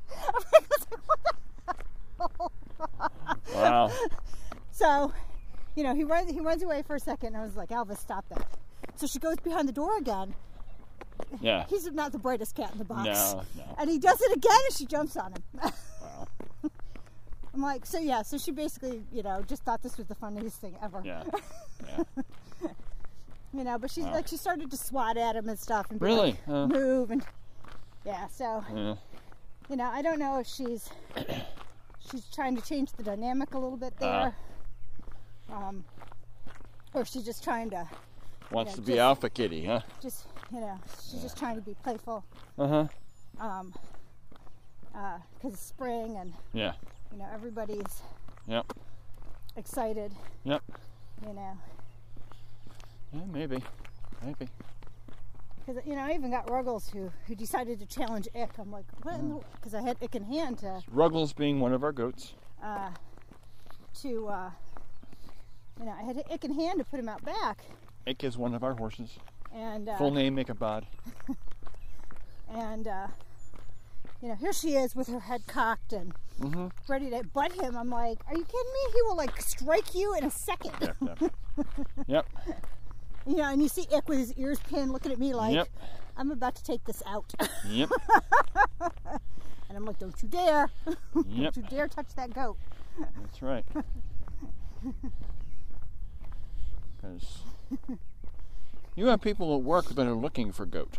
[SPEAKER 2] wow.
[SPEAKER 1] So, you know, he runs he runs away for a second and I was like, Alvis, stop that. So she goes behind the door again.
[SPEAKER 2] Yeah.
[SPEAKER 1] He's not the brightest cat in the box.
[SPEAKER 2] No, no.
[SPEAKER 1] And he does it again and she jumps on him.
[SPEAKER 2] Wow.
[SPEAKER 1] I'm like, so yeah, so she basically, you know, just thought this was the funniest thing ever.
[SPEAKER 2] Yeah. Yeah.
[SPEAKER 1] You know, but she's
[SPEAKER 2] Wow.
[SPEAKER 1] like she started to swat at him and stuff and be
[SPEAKER 2] Really?
[SPEAKER 1] like,
[SPEAKER 2] Uh,
[SPEAKER 1] move and yeah, so
[SPEAKER 2] yeah.
[SPEAKER 1] you know, I don't know if she's she's trying to change the dynamic a little bit
[SPEAKER 2] Ah.
[SPEAKER 1] there.
[SPEAKER 2] Uh.
[SPEAKER 1] um or if she's just trying to
[SPEAKER 2] Wants
[SPEAKER 1] Yeah,
[SPEAKER 2] to be
[SPEAKER 1] just-
[SPEAKER 2] alpha kitty, huh?
[SPEAKER 1] just you know, she's just trying to be playful.
[SPEAKER 2] Uh huh.
[SPEAKER 1] um, uh, 'cause it's spring and
[SPEAKER 2] Yeah.
[SPEAKER 1] you know everybody's
[SPEAKER 2] Yep.
[SPEAKER 1] excited.
[SPEAKER 2] Yep.
[SPEAKER 1] You know,
[SPEAKER 2] Yeah, maybe. Maybe.
[SPEAKER 1] because you know I even got Ruggles who who decided to challenge Ick. I'm like, what?
[SPEAKER 2] Mm.
[SPEAKER 1] Because I had Ick in hand to
[SPEAKER 2] Ruggles being one of our goats.
[SPEAKER 1] uh, to uh, you know I had Ick in hand to put him out back
[SPEAKER 2] Ick is one of our horses.
[SPEAKER 1] and uh,
[SPEAKER 2] Full name Ichabod.
[SPEAKER 1] and uh, you know here she is with her head cocked and.
[SPEAKER 2] Mhm.
[SPEAKER 1] Ready to butt him. I'm like, are you kidding me? He will like strike you in a second.
[SPEAKER 2] Yep. Yep. yep.
[SPEAKER 1] You know, and you see Ick with his ears pinned looking at me like,
[SPEAKER 2] Yep.
[SPEAKER 1] I'm about to take this out.
[SPEAKER 2] Yep.
[SPEAKER 1] And I'm like, don't you dare.
[SPEAKER 2] Yep.
[SPEAKER 1] Don't you dare touch that goat.
[SPEAKER 2] That's right. Because you have people at work that are looking for goat.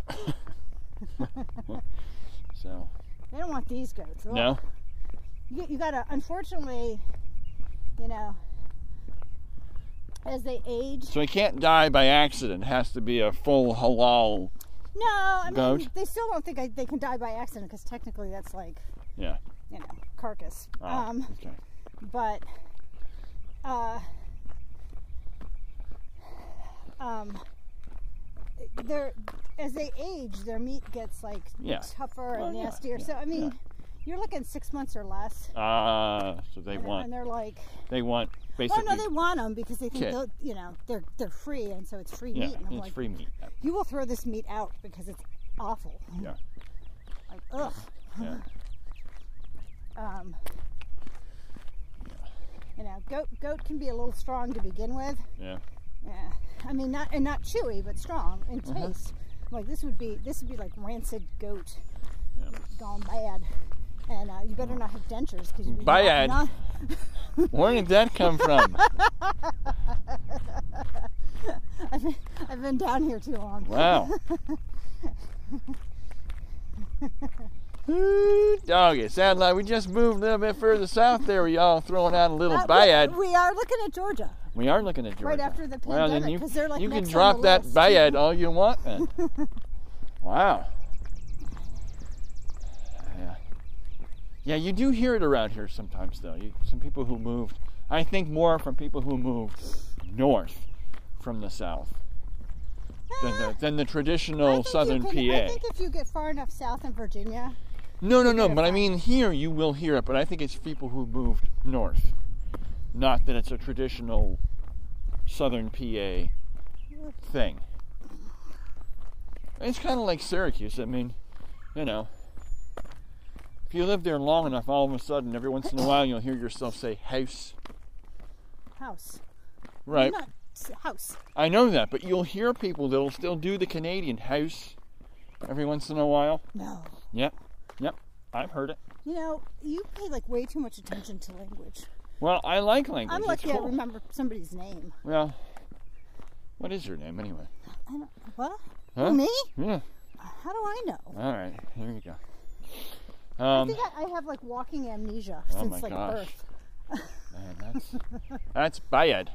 [SPEAKER 2] so
[SPEAKER 1] They don't want these goats. Ugh.
[SPEAKER 2] no,
[SPEAKER 1] You, you gotta, unfortunately, you know, as they age.
[SPEAKER 2] so he can't die by accident. Has to be a full halal.
[SPEAKER 1] No, I mean,
[SPEAKER 2] Goat.
[SPEAKER 1] they still don't think I, they can die by accident because technically that's like,
[SPEAKER 2] Yeah.
[SPEAKER 1] you know, carcass.
[SPEAKER 2] Ah,
[SPEAKER 1] Um,
[SPEAKER 2] okay.
[SPEAKER 1] but uh, um, they're as they age, their meat gets like
[SPEAKER 2] Yeah.
[SPEAKER 1] tougher
[SPEAKER 2] Well,
[SPEAKER 1] and
[SPEAKER 2] yeah,
[SPEAKER 1] nastier.
[SPEAKER 2] yeah,
[SPEAKER 1] so I mean, you're looking six months or less,
[SPEAKER 2] Ah, so they
[SPEAKER 1] and,
[SPEAKER 2] want
[SPEAKER 1] and they're like,
[SPEAKER 2] they want
[SPEAKER 1] "Oh
[SPEAKER 2] basically.
[SPEAKER 1] no, they want them because they think
[SPEAKER 2] Okay.
[SPEAKER 1] they'll, you know they're they're free, and so it's free
[SPEAKER 2] yeah,
[SPEAKER 1] meat." And I'm
[SPEAKER 2] it's
[SPEAKER 1] like,
[SPEAKER 2] free meat. Yeah,
[SPEAKER 1] "You will throw this meat out because it's awful."
[SPEAKER 2] Yeah.
[SPEAKER 1] Like ugh.
[SPEAKER 2] yeah.
[SPEAKER 1] Um, you know, goat goat can be a little strong to begin with.
[SPEAKER 2] yeah.
[SPEAKER 1] Yeah, I mean, not
[SPEAKER 2] Uh-huh.
[SPEAKER 1] and not chewy, but strong in taste. Like this would be this would be like rancid goat
[SPEAKER 2] Yeah.
[SPEAKER 1] gone bad. And uh, you better not have dentures because you're
[SPEAKER 2] Bad.
[SPEAKER 1] Not,
[SPEAKER 2] Where did that come from?
[SPEAKER 1] I've, been, I've been down here too long.
[SPEAKER 2] Wow. Ooh, dog, it sounded like we just moved a little bit further south there. We all throwing out a little
[SPEAKER 1] Uh,
[SPEAKER 2] bayad.
[SPEAKER 1] We, we are looking at Georgia.
[SPEAKER 2] We are looking at Georgia.
[SPEAKER 1] Right after the
[SPEAKER 2] Well, then
[SPEAKER 1] pandemic,
[SPEAKER 2] you,
[SPEAKER 1] 'cause they're, like,
[SPEAKER 2] you can
[SPEAKER 1] next on
[SPEAKER 2] drop
[SPEAKER 1] the
[SPEAKER 2] that
[SPEAKER 1] list.
[SPEAKER 2] bayad all you want then. wow. Yeah. Yeah, you do hear it around here sometimes though. You, some people who moved, I think more from people who moved north from the south than the, than the
[SPEAKER 1] I
[SPEAKER 2] traditional
[SPEAKER 1] think you
[SPEAKER 2] southern
[SPEAKER 1] can-
[SPEAKER 2] PA.
[SPEAKER 1] I think if you get far enough south in Virginia,
[SPEAKER 2] No, no, no.
[SPEAKER 1] get it
[SPEAKER 2] But I
[SPEAKER 1] back.
[SPEAKER 2] mean, here you will hear it. But I think it's people who moved north, not that it's a traditional Southern PA thing. It's kind of like Syracuse. I mean, you know, if you live there long enough, all of a sudden, every once in a while, you'll hear yourself say house.
[SPEAKER 1] house.
[SPEAKER 2] Right.
[SPEAKER 1] Not s- house.
[SPEAKER 2] I know that, but you'll hear people that'll still do the Canadian house every once in a while.
[SPEAKER 1] No.
[SPEAKER 2] Yep. Yep. I've heard it.
[SPEAKER 1] You know, you pay like way too much attention to language.
[SPEAKER 2] Well, I like language.
[SPEAKER 1] I'm
[SPEAKER 2] It's
[SPEAKER 1] lucky I
[SPEAKER 2] cool.
[SPEAKER 1] remember somebody's name.
[SPEAKER 2] Well, what is your name anyway?
[SPEAKER 1] I don't, what?
[SPEAKER 2] Huh?
[SPEAKER 1] Me?
[SPEAKER 2] Yeah.
[SPEAKER 1] How do I know?
[SPEAKER 2] All right. Here you go.
[SPEAKER 1] I
[SPEAKER 2] Um,
[SPEAKER 1] think I, I have like walking amnesia
[SPEAKER 2] Oh
[SPEAKER 1] since
[SPEAKER 2] my
[SPEAKER 1] like
[SPEAKER 2] gosh.
[SPEAKER 1] birth.
[SPEAKER 2] man, that's that's bad.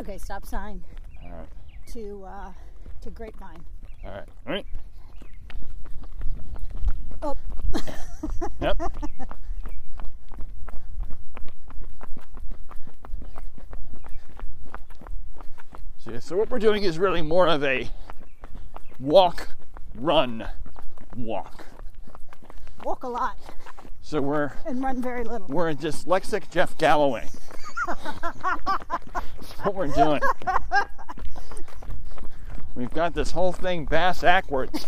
[SPEAKER 1] Okay, stop sign
[SPEAKER 2] All right.
[SPEAKER 1] to uh, to Grapevine.
[SPEAKER 2] All right. All right.
[SPEAKER 1] Up.
[SPEAKER 2] Yep. So, yeah, so what we're doing is really more of a walk, run, walk.
[SPEAKER 1] Walk a lot
[SPEAKER 2] So we're
[SPEAKER 1] and run very little.
[SPEAKER 2] We're a dyslexic Jeff Galloway. That's what we're doing. We've got this whole thing bass backwards.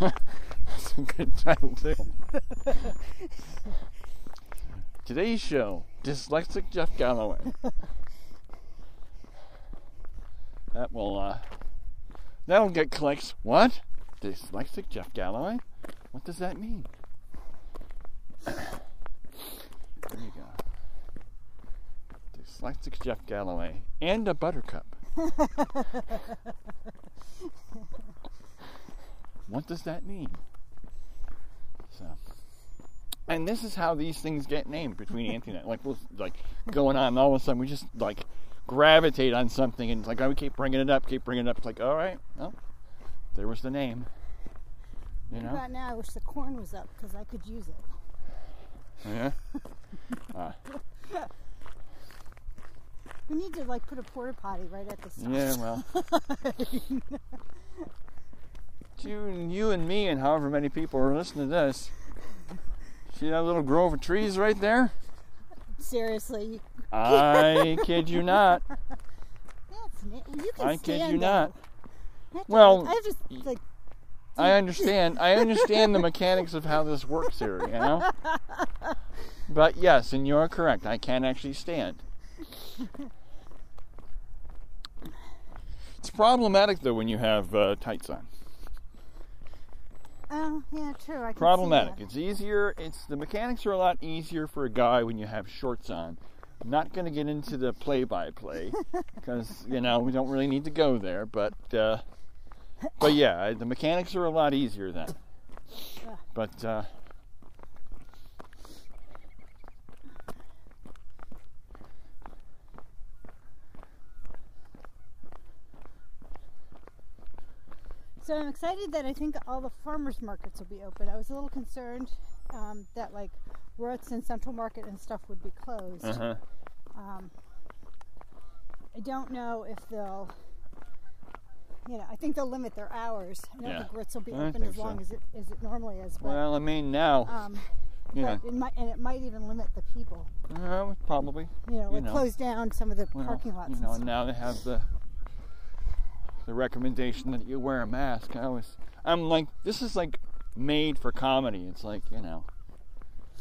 [SPEAKER 2] That's a good title too. Today's show, Dyslexic Jeff Galloway. That will uh that'll get clicks. What? Dyslexic Jeff Galloway? What does that mean? there you go. Dyslexic Jeff Galloway and a buttercup. what does that mean? So and this is how these things get named between Anthony and I. Like, we'll, like going on, and all of a sudden we just like gravitate on something, and it's like, oh, we keep bringing it up, keep bringing it up. It's like, all right, well, there was the name. You know?
[SPEAKER 1] Right now, I wish the corn was up because I could use it.
[SPEAKER 2] Yeah.
[SPEAKER 1] We need to like put a porta potty right at the stop.
[SPEAKER 2] Yeah, well. you, and- you and me and however many people are listening to this. See that little grove of trees right there?
[SPEAKER 1] Seriously,
[SPEAKER 2] I kid you not.
[SPEAKER 1] that's na- you can
[SPEAKER 2] I
[SPEAKER 1] stand
[SPEAKER 2] kid you not.
[SPEAKER 1] though. I have to,
[SPEAKER 2] Well,
[SPEAKER 1] like, I have to like
[SPEAKER 2] I understand. I understand the mechanics of how this works here, you know? But yes, and you're correct. I can actually stand. It's problematic, though, when you have uh, tights on.
[SPEAKER 1] oh yeah, true. I can see
[SPEAKER 2] Problematic.
[SPEAKER 1] that.
[SPEAKER 2] It's easier. It's the mechanics are a lot easier for a guy when you have shorts on. I'm not going to get into the play-by-play because you know we don't really need to go there. But uh, but yeah, I- the mechanics are a lot easier then. But uh,
[SPEAKER 1] So I'm excited that I think all the farmers markets will be open. I was a little concerned um, that like Worth's and Central Market and stuff would be closed.
[SPEAKER 2] uh-huh.
[SPEAKER 1] Um, I don't know if they'll, you know, I think they'll limit their hours. I don't
[SPEAKER 2] Yeah.
[SPEAKER 1] think Worth's will be
[SPEAKER 2] I don't
[SPEAKER 1] open as
[SPEAKER 2] think
[SPEAKER 1] long
[SPEAKER 2] so.
[SPEAKER 1] as it as it normally is. But,
[SPEAKER 2] well, I mean now,
[SPEAKER 1] um,
[SPEAKER 2] you know,
[SPEAKER 1] but it might, and it might even limit the people.
[SPEAKER 2] uh, probably
[SPEAKER 1] You know,
[SPEAKER 2] You
[SPEAKER 1] it
[SPEAKER 2] know.
[SPEAKER 1] closed down some of the
[SPEAKER 2] well,
[SPEAKER 1] parking lots.
[SPEAKER 2] You know, and
[SPEAKER 1] and stuff.
[SPEAKER 2] now they have the the recommendation that you wear a mask. I always, I'm like, this is like made for comedy. It's like, you know,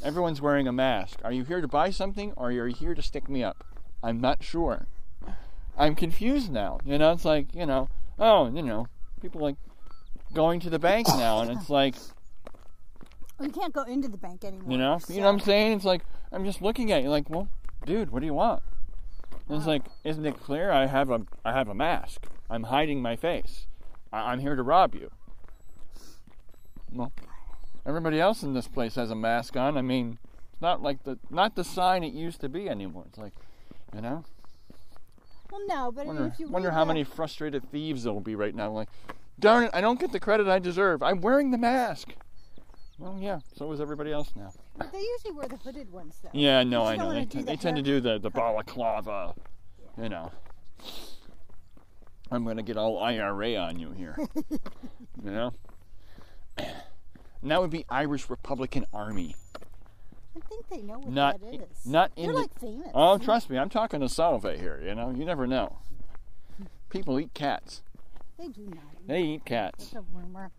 [SPEAKER 2] everyone's wearing a mask. Are you here to buy something or are you here to stick me up? I'm not sure. I'm confused now. You know, it's like, you know, oh, you know, people like going to the bank now and it's like,
[SPEAKER 1] You can't go into the bank anymore.
[SPEAKER 2] you know, you know what I'm saying? It's like I'm just looking at you like, "Well, dude, what do you want?" And it's like, "Isn't it clear I have a I have a mask. I'm hiding my face. I, I'm here to rob you." Well, everybody else in this place has a mask on. I mean, it's not like the not the sign it used to be anymore. It's like, you know,
[SPEAKER 1] Well, no, but I mean,
[SPEAKER 2] wonder
[SPEAKER 1] if you
[SPEAKER 2] wonder
[SPEAKER 1] read
[SPEAKER 2] how
[SPEAKER 1] that-
[SPEAKER 2] many frustrated thieves there will be right now. Like, darn it, I don't get the credit I deserve. I'm wearing the mask. Well, yeah, so is everybody else now.
[SPEAKER 1] but they usually wear the hooded ones though.
[SPEAKER 2] Yeah, no, I
[SPEAKER 1] just don't
[SPEAKER 2] know.
[SPEAKER 1] wanna
[SPEAKER 2] They,
[SPEAKER 1] do
[SPEAKER 2] t-
[SPEAKER 1] the
[SPEAKER 2] they tend to do the, the balaclava, you know. I'm going to get all IRA on you here. you know? And that would be Irish Republican Army.
[SPEAKER 1] I think they know what
[SPEAKER 2] Not
[SPEAKER 1] that
[SPEAKER 2] i-
[SPEAKER 1] is.
[SPEAKER 2] not in
[SPEAKER 1] They're
[SPEAKER 2] the-
[SPEAKER 1] like famous.
[SPEAKER 2] Oh, trust me, I'm talking to Salve here, you know? You never know. People eat cats.
[SPEAKER 1] they do not.
[SPEAKER 2] They eat cats.
[SPEAKER 1] It's a rumor.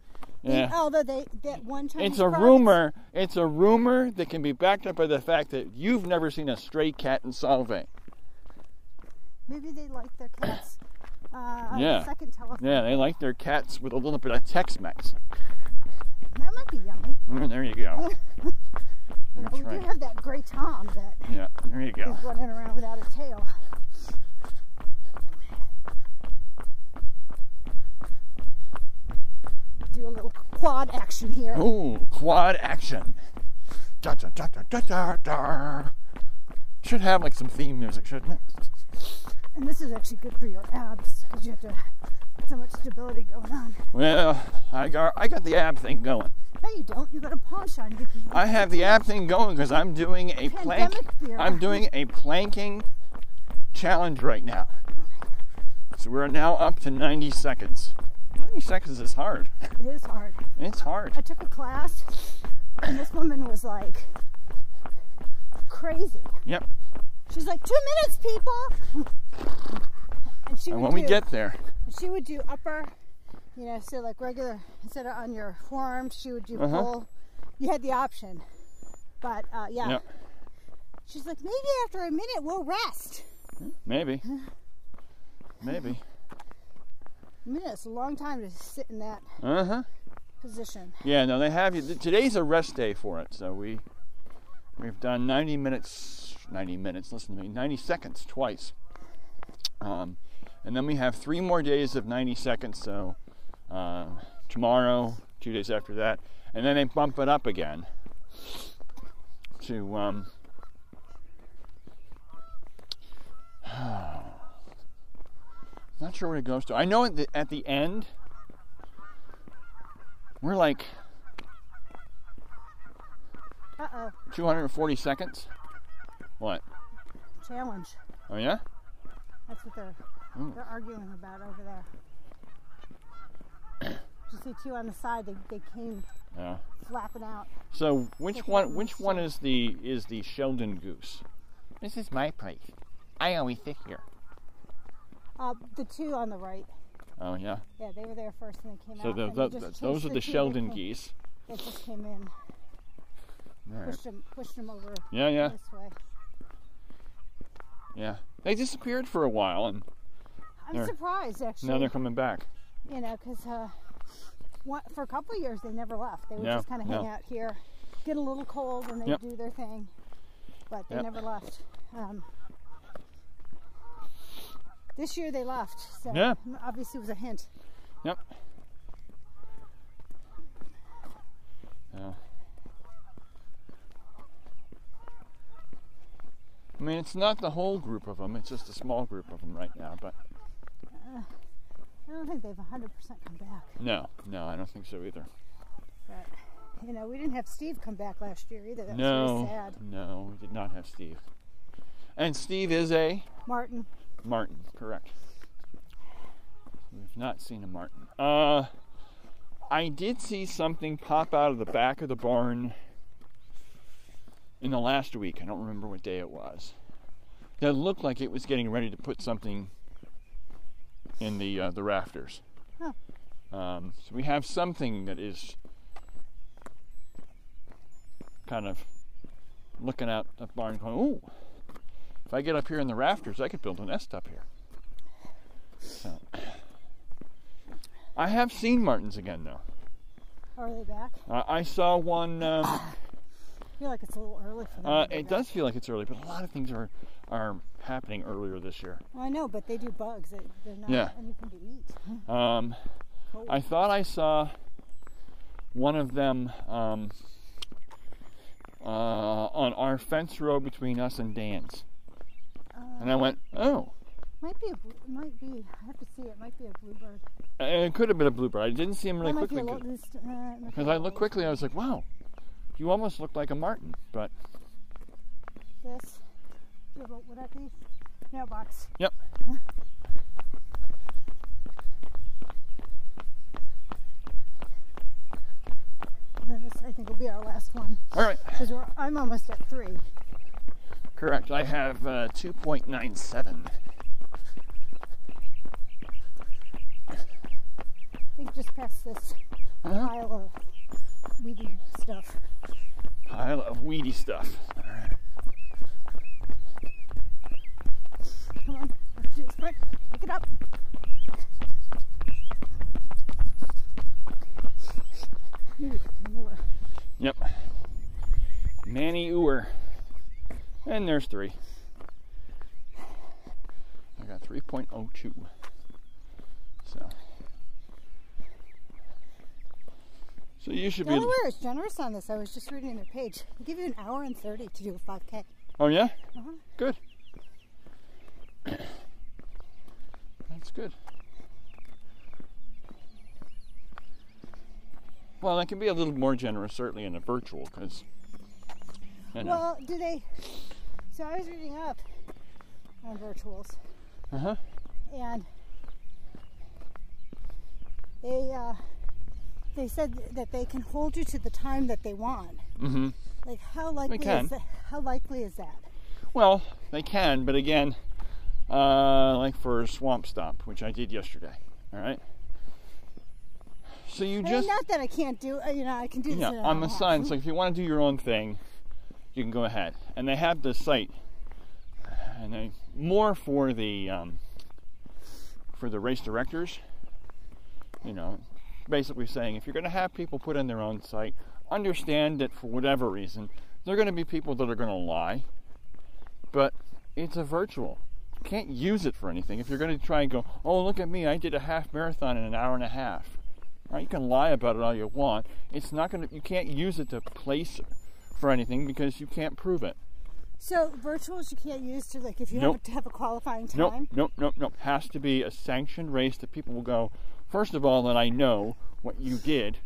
[SPEAKER 2] Yeah.
[SPEAKER 1] Although they that one time
[SPEAKER 2] It's a rumor. It's a rumor that can be backed up by the fact that you've never seen a stray cat in Salve.
[SPEAKER 1] Maybe they like their cats. Uh, on the
[SPEAKER 2] Yeah.
[SPEAKER 1] Second telephone.
[SPEAKER 2] Yeah, they like their cats with a little bit of Tex-Mex.
[SPEAKER 1] That might be yummy.
[SPEAKER 2] Mm, there you go.
[SPEAKER 1] But we
[SPEAKER 2] That's right.
[SPEAKER 1] do have that gray Tom that
[SPEAKER 2] Yeah, there you go.
[SPEAKER 1] is running around without a tail. Do a little quad action here.
[SPEAKER 2] Ooh, quad action. Da, da, da, da, da, da, da. Should have like some theme music, shouldn't it?
[SPEAKER 1] And this is actually good for your abs because you have to so much stability going on.
[SPEAKER 2] Well, I got I got the ab thing going.
[SPEAKER 1] No, you don't. You got a paunch on. You can
[SPEAKER 2] I have the ab thing going because I'm doing a plank.
[SPEAKER 1] Pandemic beer.
[SPEAKER 2] I'm doing a planking challenge right now. So we're now up to 90 seconds. 90 seconds is hard.
[SPEAKER 1] It is hard.
[SPEAKER 2] It's hard.
[SPEAKER 1] I took a class, and this woman was like crazy.
[SPEAKER 2] Yep.
[SPEAKER 1] She's like, two minutes, people. And she
[SPEAKER 2] And
[SPEAKER 1] would
[SPEAKER 2] when we
[SPEAKER 1] do,
[SPEAKER 2] get there,
[SPEAKER 1] she would do upper, you know, so like regular instead of on your forearm, she would do
[SPEAKER 2] Uh-huh.
[SPEAKER 1] full. You had the option, but uh, yeah.
[SPEAKER 2] Yep.
[SPEAKER 1] She's like, maybe after a minute we'll rest.
[SPEAKER 2] maybe, maybe.
[SPEAKER 1] A minute's a long time to sit in that
[SPEAKER 2] Uh huh.
[SPEAKER 1] position.
[SPEAKER 2] Yeah, no, they have you. th- Today's a rest day for it, so we we've done 90 minutes, 90 minutes. Listen to me, 90 seconds twice, um, and then we have three more days of 90 seconds. So uh, tomorrow, two days after that, and then they bump it up again to um, not sure where it goes to. I know at the, at the end we're like
[SPEAKER 1] Uh oh,
[SPEAKER 2] 240 seconds. What?
[SPEAKER 1] challenge.
[SPEAKER 2] Oh yeah?
[SPEAKER 1] That's what they're
[SPEAKER 2] Ooh.
[SPEAKER 1] they're arguing about over there. you see two on the side. They, they came
[SPEAKER 2] Yeah.
[SPEAKER 1] flapping out.
[SPEAKER 2] So which
[SPEAKER 1] That's
[SPEAKER 2] one?
[SPEAKER 1] what
[SPEAKER 2] Which
[SPEAKER 1] we
[SPEAKER 2] one is the is the Sheldon goose? This is my place. I always sit here.
[SPEAKER 1] Uh, the two on the right.
[SPEAKER 2] Oh yeah.
[SPEAKER 1] Yeah, they were there first, and they came
[SPEAKER 2] So
[SPEAKER 1] out.
[SPEAKER 2] the,
[SPEAKER 1] and
[SPEAKER 2] the,
[SPEAKER 1] they just
[SPEAKER 2] those
[SPEAKER 1] chased
[SPEAKER 2] are the,
[SPEAKER 1] two that
[SPEAKER 2] Sheldon
[SPEAKER 1] came-
[SPEAKER 2] geese.
[SPEAKER 1] That just came in,
[SPEAKER 2] All right.
[SPEAKER 1] pushed them, pushed them over
[SPEAKER 2] Yeah, yeah,
[SPEAKER 1] this way.
[SPEAKER 2] yeah. They disappeared for a while, and
[SPEAKER 1] I'm
[SPEAKER 2] There.
[SPEAKER 1] surprised actually.
[SPEAKER 2] now they're coming back.
[SPEAKER 1] You know, because uh, one- for a couple of years they never left. They would
[SPEAKER 2] No,
[SPEAKER 1] just kind of hang
[SPEAKER 2] no.
[SPEAKER 1] out here, get a little cold, and they
[SPEAKER 2] Yep.
[SPEAKER 1] would do their thing. But they
[SPEAKER 2] Yep.
[SPEAKER 1] never left. Um, this year they left, so
[SPEAKER 2] Yeah.
[SPEAKER 1] obviously it was a hint.
[SPEAKER 2] Yep. Yeah. I mean, it's not the whole group of them. It's just a small group of them right now. But
[SPEAKER 1] I don't think they've 100% come back.
[SPEAKER 2] no, no, I don't think so either.
[SPEAKER 1] But you know, we didn't have Steve come back last year either. That was
[SPEAKER 2] no,
[SPEAKER 1] really sad.
[SPEAKER 2] no, we did not have Steve. And Steve is a
[SPEAKER 1] Martin,
[SPEAKER 2] Martin, correct? We've not seen a Martin. Uh, I did see something pop out of the back of the barn in the last week. I don't remember what day it was. That looked like it was getting ready to put something in the uh, the rafters.
[SPEAKER 1] Huh.
[SPEAKER 2] Um, so we have something that is kind of looking out the barn going, ooh, if I get up here in the rafters, I could build a nest up here. So, I have seen martins again, though.
[SPEAKER 1] Are they back?
[SPEAKER 2] I I saw one. Um,
[SPEAKER 1] I feel like it's a little early for them.
[SPEAKER 2] uh,
[SPEAKER 1] to be
[SPEAKER 2] it
[SPEAKER 1] back.
[SPEAKER 2] does feel like it's early, but a lot of things are are happening earlier this year.
[SPEAKER 1] Well, I know, but they do bugs. They, they're not
[SPEAKER 2] Yeah.
[SPEAKER 1] anything to eat.
[SPEAKER 2] Um,
[SPEAKER 1] Cold.
[SPEAKER 2] I thought I saw one of them um, uh, on our fence row between us and Dan's, and I went, "Oh,
[SPEAKER 1] Might be a blue, might be. I have to see. It might be a bluebird.
[SPEAKER 2] it could have been a bluebird." I didn't see him really
[SPEAKER 1] that might be
[SPEAKER 2] quickly
[SPEAKER 1] a lot. this- Uh, it might be
[SPEAKER 2] because
[SPEAKER 1] a
[SPEAKER 2] I
[SPEAKER 1] little
[SPEAKER 2] looked
[SPEAKER 1] late.
[SPEAKER 2] quickly. I was like, "Wow, you almost look like a martin," but
[SPEAKER 1] This. Yeah, but Would that be mailbox?
[SPEAKER 2] Yep.
[SPEAKER 1] And then this, I think, will be our last one
[SPEAKER 2] all right,
[SPEAKER 1] because I'm almost at three.
[SPEAKER 2] correct. I have uh, two point nine seven.
[SPEAKER 1] I think just past this
[SPEAKER 2] Uh-huh.
[SPEAKER 1] pile of weedy stuff.
[SPEAKER 2] I love weedy stuff.
[SPEAKER 1] Come on, let's do it. Sprint. Pick it up. Ooh, manure.
[SPEAKER 2] Yep. Manny Uwer. And there's three. I got 3.02. So. So you should be.
[SPEAKER 1] Delaware is generous on this. I was just reading their page. They give you an hour and 30 to do a 5K.
[SPEAKER 2] Oh, yeah?
[SPEAKER 1] Uh-huh.
[SPEAKER 2] Good. That's good. Well, that can be a little more generous, certainly in a virtual, because. You know.
[SPEAKER 1] Well, do they? So I was reading up on virtuals,
[SPEAKER 2] uh huh.
[SPEAKER 1] and they uh, they said that they can hold you to the time that they want.
[SPEAKER 2] hmm.
[SPEAKER 1] Like how likely
[SPEAKER 2] can.
[SPEAKER 1] is that? How likely is that?
[SPEAKER 2] Well, they can, but again, uh, like for Swamp Stomp, which I did yesterday. All right. So you
[SPEAKER 1] I mean,
[SPEAKER 2] just
[SPEAKER 1] not that I can't do. uh, You know, I can do this.
[SPEAKER 2] yeah
[SPEAKER 1] in an
[SPEAKER 2] on the
[SPEAKER 1] hour.
[SPEAKER 2] sign. So if you want to do your own thing, you can go ahead. And they have the site, and they more for the um, for the race directors. You know, basically saying if you're going to have people put in their own site, understand that for whatever reason, there are going to be people that are going to lie. But it's a virtual. You can't use it for anything. If you're going to try and go, oh look at me, I did a half marathon in an hour and a half. Right? You can lie about it all you want. It's not going to. You can't use it to place for anything because you can't prove it.
[SPEAKER 1] So virtuals you can't use to like if you
[SPEAKER 2] Nope.
[SPEAKER 1] have, to have a qualifying time.
[SPEAKER 2] Nope, nope, nope, nope. Has to be a sanctioned race that people will go. First of all, that I know what you did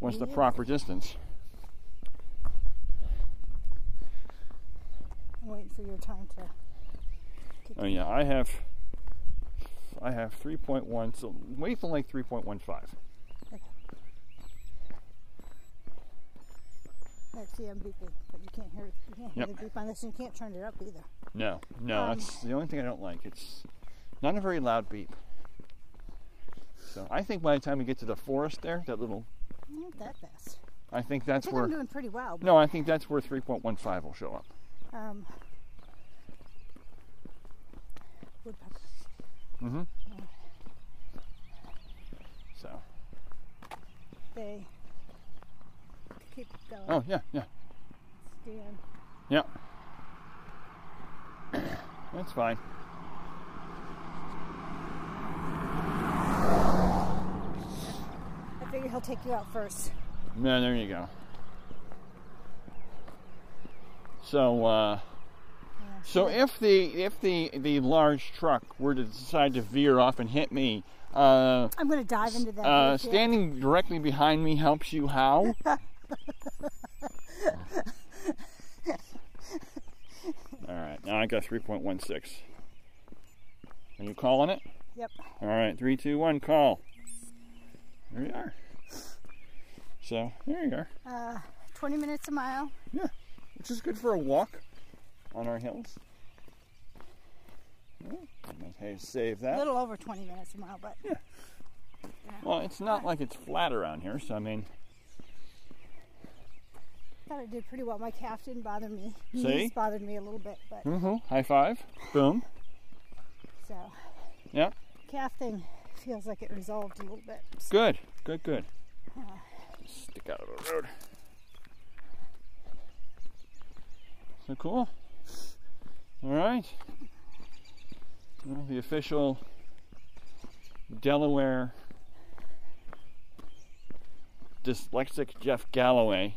[SPEAKER 2] was the proper distance.
[SPEAKER 1] I'm waiting for your time to.
[SPEAKER 2] Oh yeah, I have. I have 3.1, so wait till like 3.15.
[SPEAKER 1] That's the MVP, but you can't hear. You can't hear
[SPEAKER 2] Yep.
[SPEAKER 1] the beep on this, and you can't turn it up either.
[SPEAKER 2] No, no,
[SPEAKER 1] Um,
[SPEAKER 2] that's the only thing I don't like. It's not a very loud beep. So I think by the time we get to the forest there, that little,
[SPEAKER 1] Not that fast.
[SPEAKER 2] I think
[SPEAKER 1] I
[SPEAKER 2] that's
[SPEAKER 1] think
[SPEAKER 2] where.
[SPEAKER 1] I'm doing pretty well.
[SPEAKER 2] No, I think that's where 3.15 will show up.
[SPEAKER 1] Um, woodpecker.
[SPEAKER 2] Mm-hmm. So,
[SPEAKER 1] They keep going.
[SPEAKER 2] oh yeah, yeah,
[SPEAKER 1] Stand.
[SPEAKER 2] yeah. That's fine.
[SPEAKER 1] I figure he'll take you out first.
[SPEAKER 2] No, there you go. So, uh,
[SPEAKER 1] Yeah.
[SPEAKER 2] so if the if the the large truck were to decide to veer off and hit me, uh,
[SPEAKER 1] I'm gonna dive into that.
[SPEAKER 2] uh,
[SPEAKER 1] with you.
[SPEAKER 2] standing directly behind me helps you how? All right, now I got 3.16. Are you calling it?
[SPEAKER 1] Yep.
[SPEAKER 2] All right, three, two, one, call. There you are. So there you are,
[SPEAKER 1] Uh, 20 minutes a mile.
[SPEAKER 2] which is good for a walk on our hills. Well, I might have to save
[SPEAKER 1] A
[SPEAKER 2] that.
[SPEAKER 1] little over 20 minutes a mile, but
[SPEAKER 2] Well, it's not like it's flat around here, so I mean,
[SPEAKER 1] thought I did pretty well. My calf didn't bother me. Knees
[SPEAKER 2] See?
[SPEAKER 1] bothered me a little bit, but
[SPEAKER 2] Mm-hmm. High five. Boom.
[SPEAKER 1] so
[SPEAKER 2] Yep.
[SPEAKER 1] calf thing feels like it resolved a little bit.
[SPEAKER 2] Good. Good. Good. Stick out of the road. So cool. All right. Well, the official Delaware dyslexic Jeff Galloway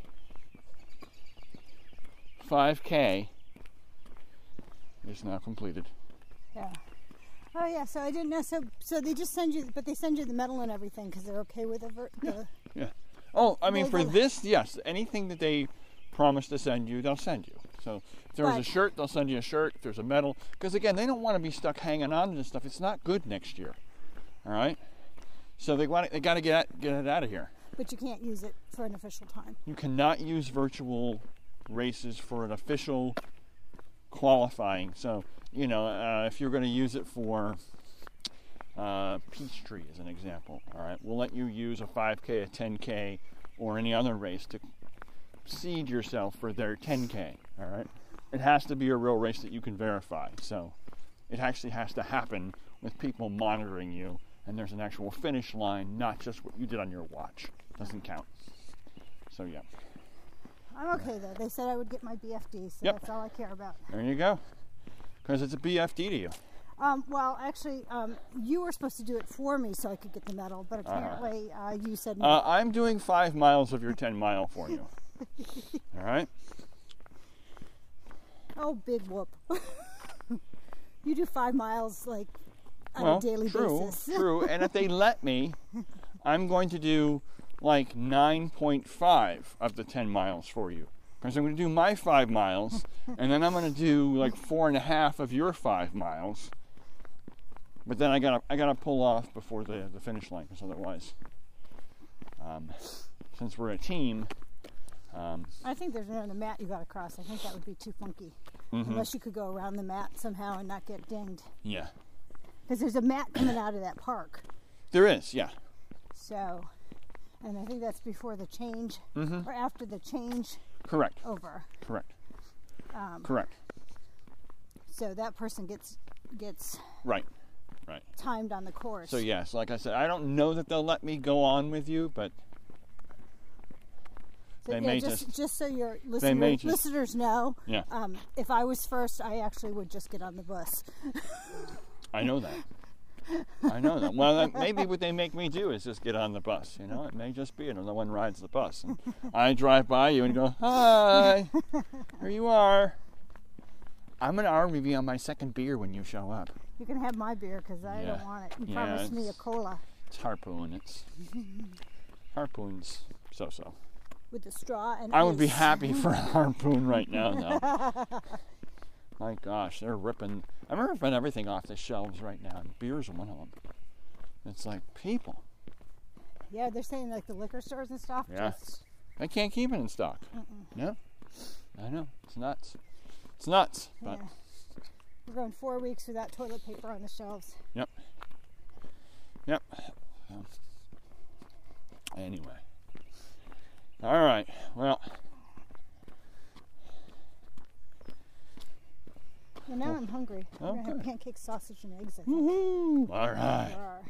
[SPEAKER 2] 5K is now completed.
[SPEAKER 1] Yeah. Oh yeah. So I didn't know. So so they just send you, but they send you the medal and everything because they're okay with the, ver- the
[SPEAKER 2] Oh, I mean,
[SPEAKER 1] Those
[SPEAKER 2] for
[SPEAKER 1] are-
[SPEAKER 2] this, yes, anything that they promise to send you, they'll send you. So if there was a
[SPEAKER 1] Right.
[SPEAKER 2] shirt, they'll send you a shirt. If there's a medal, because again, they don't want to be stuck hanging on to this stuff. It's not good next year. All right. So they want they got to get out, get it out of here.
[SPEAKER 1] but you can't use it for an official time.
[SPEAKER 2] You cannot use virtual races for an official qualifying. So you know, uh, if you're going to use it for uh, Peachtree as an example, all right, we'll let you use a 5K, a 10K, or any other race to seed yourself for their 10K. All right, it has to be a real race that you can verify. So it actually has to happen with people monitoring you, and there's an actual finish line, not just what you did on your watch. Doesn't count. So yeah,
[SPEAKER 1] I'm okay though. They said I would get my BFD, so
[SPEAKER 2] Yep.
[SPEAKER 1] that's all I care about.
[SPEAKER 2] there you go. Because it's a BFD to you.
[SPEAKER 1] Um, well, actually, um, you were supposed to do it for me so I could get the medal, but apparently uh, you said no.
[SPEAKER 2] Uh-huh. Uh, I'm doing five miles of your 10 mile for you. All right.
[SPEAKER 1] oh, big whoop. you do five miles like on
[SPEAKER 2] well,
[SPEAKER 1] a daily
[SPEAKER 2] true,
[SPEAKER 1] basis.
[SPEAKER 2] true. And if they let me, I'm going to do like 9.5 of the 10 miles for you. Because I'm going to do my five miles, and then I'm going to do like four and a half of your five miles. But then I gotta I gotta pull off before the, the finish line, because otherwise, um, since we're a team, um,
[SPEAKER 1] I think there's another mat you got to cross. I think that would be too funky.
[SPEAKER 2] Mm-hmm.
[SPEAKER 1] Unless you could go around the mat somehow and not get dinged.
[SPEAKER 2] yeah,
[SPEAKER 1] Because there's a mat coming out of that park.
[SPEAKER 2] there is, yeah,
[SPEAKER 1] So, and I think that's before the change
[SPEAKER 2] Mm-hmm.
[SPEAKER 1] or after the change
[SPEAKER 2] correct,
[SPEAKER 1] over.
[SPEAKER 2] correct,
[SPEAKER 1] Oh. Um,
[SPEAKER 2] correct,
[SPEAKER 1] so that person gets gets
[SPEAKER 2] right, right.
[SPEAKER 1] timed on the course.
[SPEAKER 2] So yes, like I said, I don't know that they'll let me go on with you, but
[SPEAKER 1] So,
[SPEAKER 2] They
[SPEAKER 1] yeah,
[SPEAKER 2] may
[SPEAKER 1] just,
[SPEAKER 2] just-
[SPEAKER 1] so your
[SPEAKER 2] may
[SPEAKER 1] listener,
[SPEAKER 2] just-
[SPEAKER 1] listeners know,
[SPEAKER 2] yeah,
[SPEAKER 1] um, if I was first, I actually would just get on the bus.
[SPEAKER 2] I know that. I know that. Well, that, maybe what they make me do is just get on the bus. You know, it may just be another one rides the bus, and I drive by you and go, "Hi, here you are." I'm gonna army be on my second beer when you show up.
[SPEAKER 1] You can have my beer because I
[SPEAKER 2] Yeah.
[SPEAKER 1] don't want it. You
[SPEAKER 2] Yeah,
[SPEAKER 1] promised me a
[SPEAKER 2] it's-
[SPEAKER 1] cola
[SPEAKER 2] It's harpoon. It's harpoons. So so.
[SPEAKER 1] with a straw and
[SPEAKER 2] I would be
[SPEAKER 1] ice.
[SPEAKER 2] happy for a harpoon right now, though. My gosh, they're ripping. I'm ripping everything off the shelves right now, and beer's one of them. It's like people,
[SPEAKER 1] Yeah, they're saying like the liquor stores and stuff.
[SPEAKER 2] Yeah.
[SPEAKER 1] Just,
[SPEAKER 2] they can't keep it in stock. No, I know it's nuts. It's nuts, but
[SPEAKER 1] yeah. We're going four weeks without toilet paper on the shelves.
[SPEAKER 2] yep. Anyway, all right. Well,
[SPEAKER 1] And now I'm hungry.
[SPEAKER 2] Oh,
[SPEAKER 1] I'm gonna
[SPEAKER 2] good.
[SPEAKER 1] have pancakes, sausage, and eggs. I think,
[SPEAKER 2] Mm-hmm. woohoo! All right,
[SPEAKER 1] for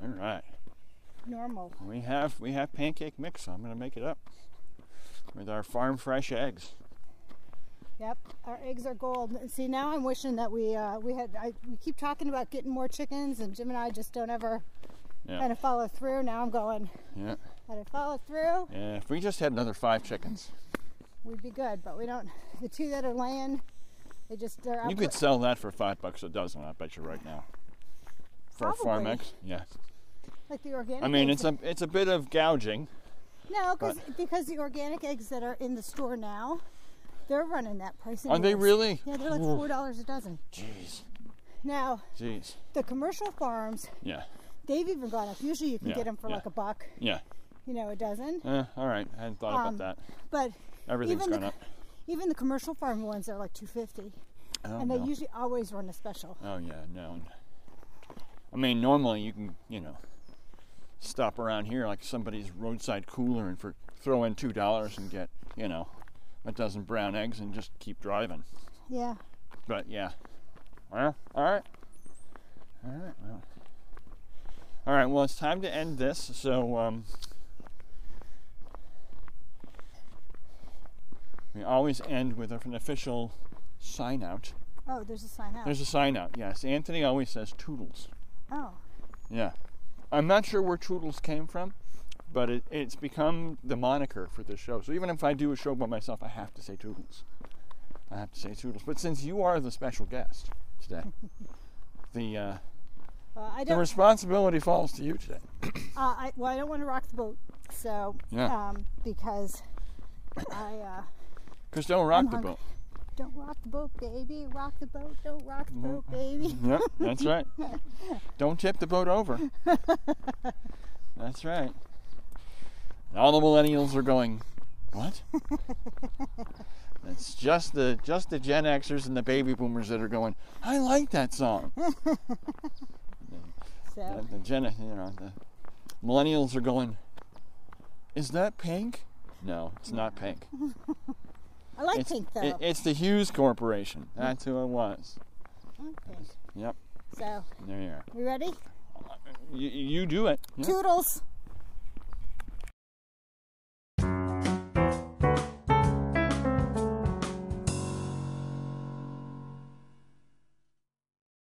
[SPEAKER 1] our
[SPEAKER 2] all right.
[SPEAKER 1] normal.
[SPEAKER 2] We have we have pancake mix. So I'm gonna make it up with our farm fresh eggs.
[SPEAKER 1] Yep, our eggs are gold. See, now I'm wishing that we uh, we had. I, we keep talking about getting more chickens, and Jim and I just don't ever
[SPEAKER 2] Yeah.
[SPEAKER 1] kind of follow through. Now I'm going.
[SPEAKER 2] Yeah.
[SPEAKER 1] Had I followed through,
[SPEAKER 2] Yeah, if we just had another five chickens,
[SPEAKER 1] we'd be good. But we don't. The two that are laying, they just they're out.
[SPEAKER 2] you could sell that for five bucks a dozen. I bet you right now. For a farm
[SPEAKER 1] Probably.
[SPEAKER 2] eggs, yeah.
[SPEAKER 1] like the organic.
[SPEAKER 2] I mean,
[SPEAKER 1] eggs
[SPEAKER 2] it's a it's a bit of gouging.
[SPEAKER 1] that- no, because because the organic eggs that are in the store now, they're running that price.
[SPEAKER 2] Are they
[SPEAKER 1] anyways.
[SPEAKER 2] really?
[SPEAKER 1] Yeah, they're like
[SPEAKER 2] Ooh,
[SPEAKER 1] four dollars a dozen.
[SPEAKER 2] Jeez,
[SPEAKER 1] Now
[SPEAKER 2] jeez.
[SPEAKER 1] the commercial farms,
[SPEAKER 2] Yeah,
[SPEAKER 1] they've even gone up. Usually you can
[SPEAKER 2] Yeah,
[SPEAKER 1] get them for
[SPEAKER 2] yeah.
[SPEAKER 1] like a buck,
[SPEAKER 2] yeah.
[SPEAKER 1] you know, a dozen.
[SPEAKER 2] Eh, all right, I hadn't thought
[SPEAKER 1] Um,
[SPEAKER 2] about that.
[SPEAKER 1] But
[SPEAKER 2] Everything's
[SPEAKER 1] even the
[SPEAKER 2] gone up.
[SPEAKER 1] even the commercial farm ones are like 250
[SPEAKER 2] Oh,
[SPEAKER 1] and they
[SPEAKER 2] no.
[SPEAKER 1] usually always run a special
[SPEAKER 2] oh yeah, no. I mean, normally you can, you know, stop around here like somebody's roadside cooler and for throw in two dollars and get you know a dozen brown eggs and just keep driving.
[SPEAKER 1] Yeah.
[SPEAKER 2] But yeah, well, all right, all right, well, all right. Well, it's time to end this. So um, we always end with an official sign out.
[SPEAKER 1] Oh, there's a sign out.
[SPEAKER 2] There's a sign out. Yes, Anthony always says toodles.
[SPEAKER 1] oh,
[SPEAKER 2] Yeah. I'm not sure where Toodles came from, but it, it's become the moniker for this show. So even if I do a show by myself, I have to say Toodles. I have to say Toodles. But since you are the special guest today, the uh,
[SPEAKER 1] well, I
[SPEAKER 2] the
[SPEAKER 1] don't.
[SPEAKER 2] responsibility falls to you today.
[SPEAKER 1] uh, I, well, I don't want to rock the boat. So,
[SPEAKER 2] Yeah.
[SPEAKER 1] um, because I uh,
[SPEAKER 2] Because don't rock
[SPEAKER 1] I'm
[SPEAKER 2] the
[SPEAKER 1] hungry.
[SPEAKER 2] boat.
[SPEAKER 1] don't rock the boat, baby. Rock the boat. Don't rock the boat, baby.
[SPEAKER 2] Yep, that's right. Don't tip the boat over. That's right. And all the millennials are going, what? It's just the just the Gen Xers and the baby boomers that are going. I like that song.
[SPEAKER 1] So,
[SPEAKER 2] And the Gen, you know, the millennials are going. Is that pink? No, it's not pink.
[SPEAKER 1] I like
[SPEAKER 2] It's,
[SPEAKER 1] pink though.
[SPEAKER 2] it- it's the Hughes Corporation. That's who it was.
[SPEAKER 1] I like pink.
[SPEAKER 2] Yep.
[SPEAKER 1] So,
[SPEAKER 2] There you are.
[SPEAKER 1] we ready?
[SPEAKER 2] You, you do it. Yeah.
[SPEAKER 1] Toodles.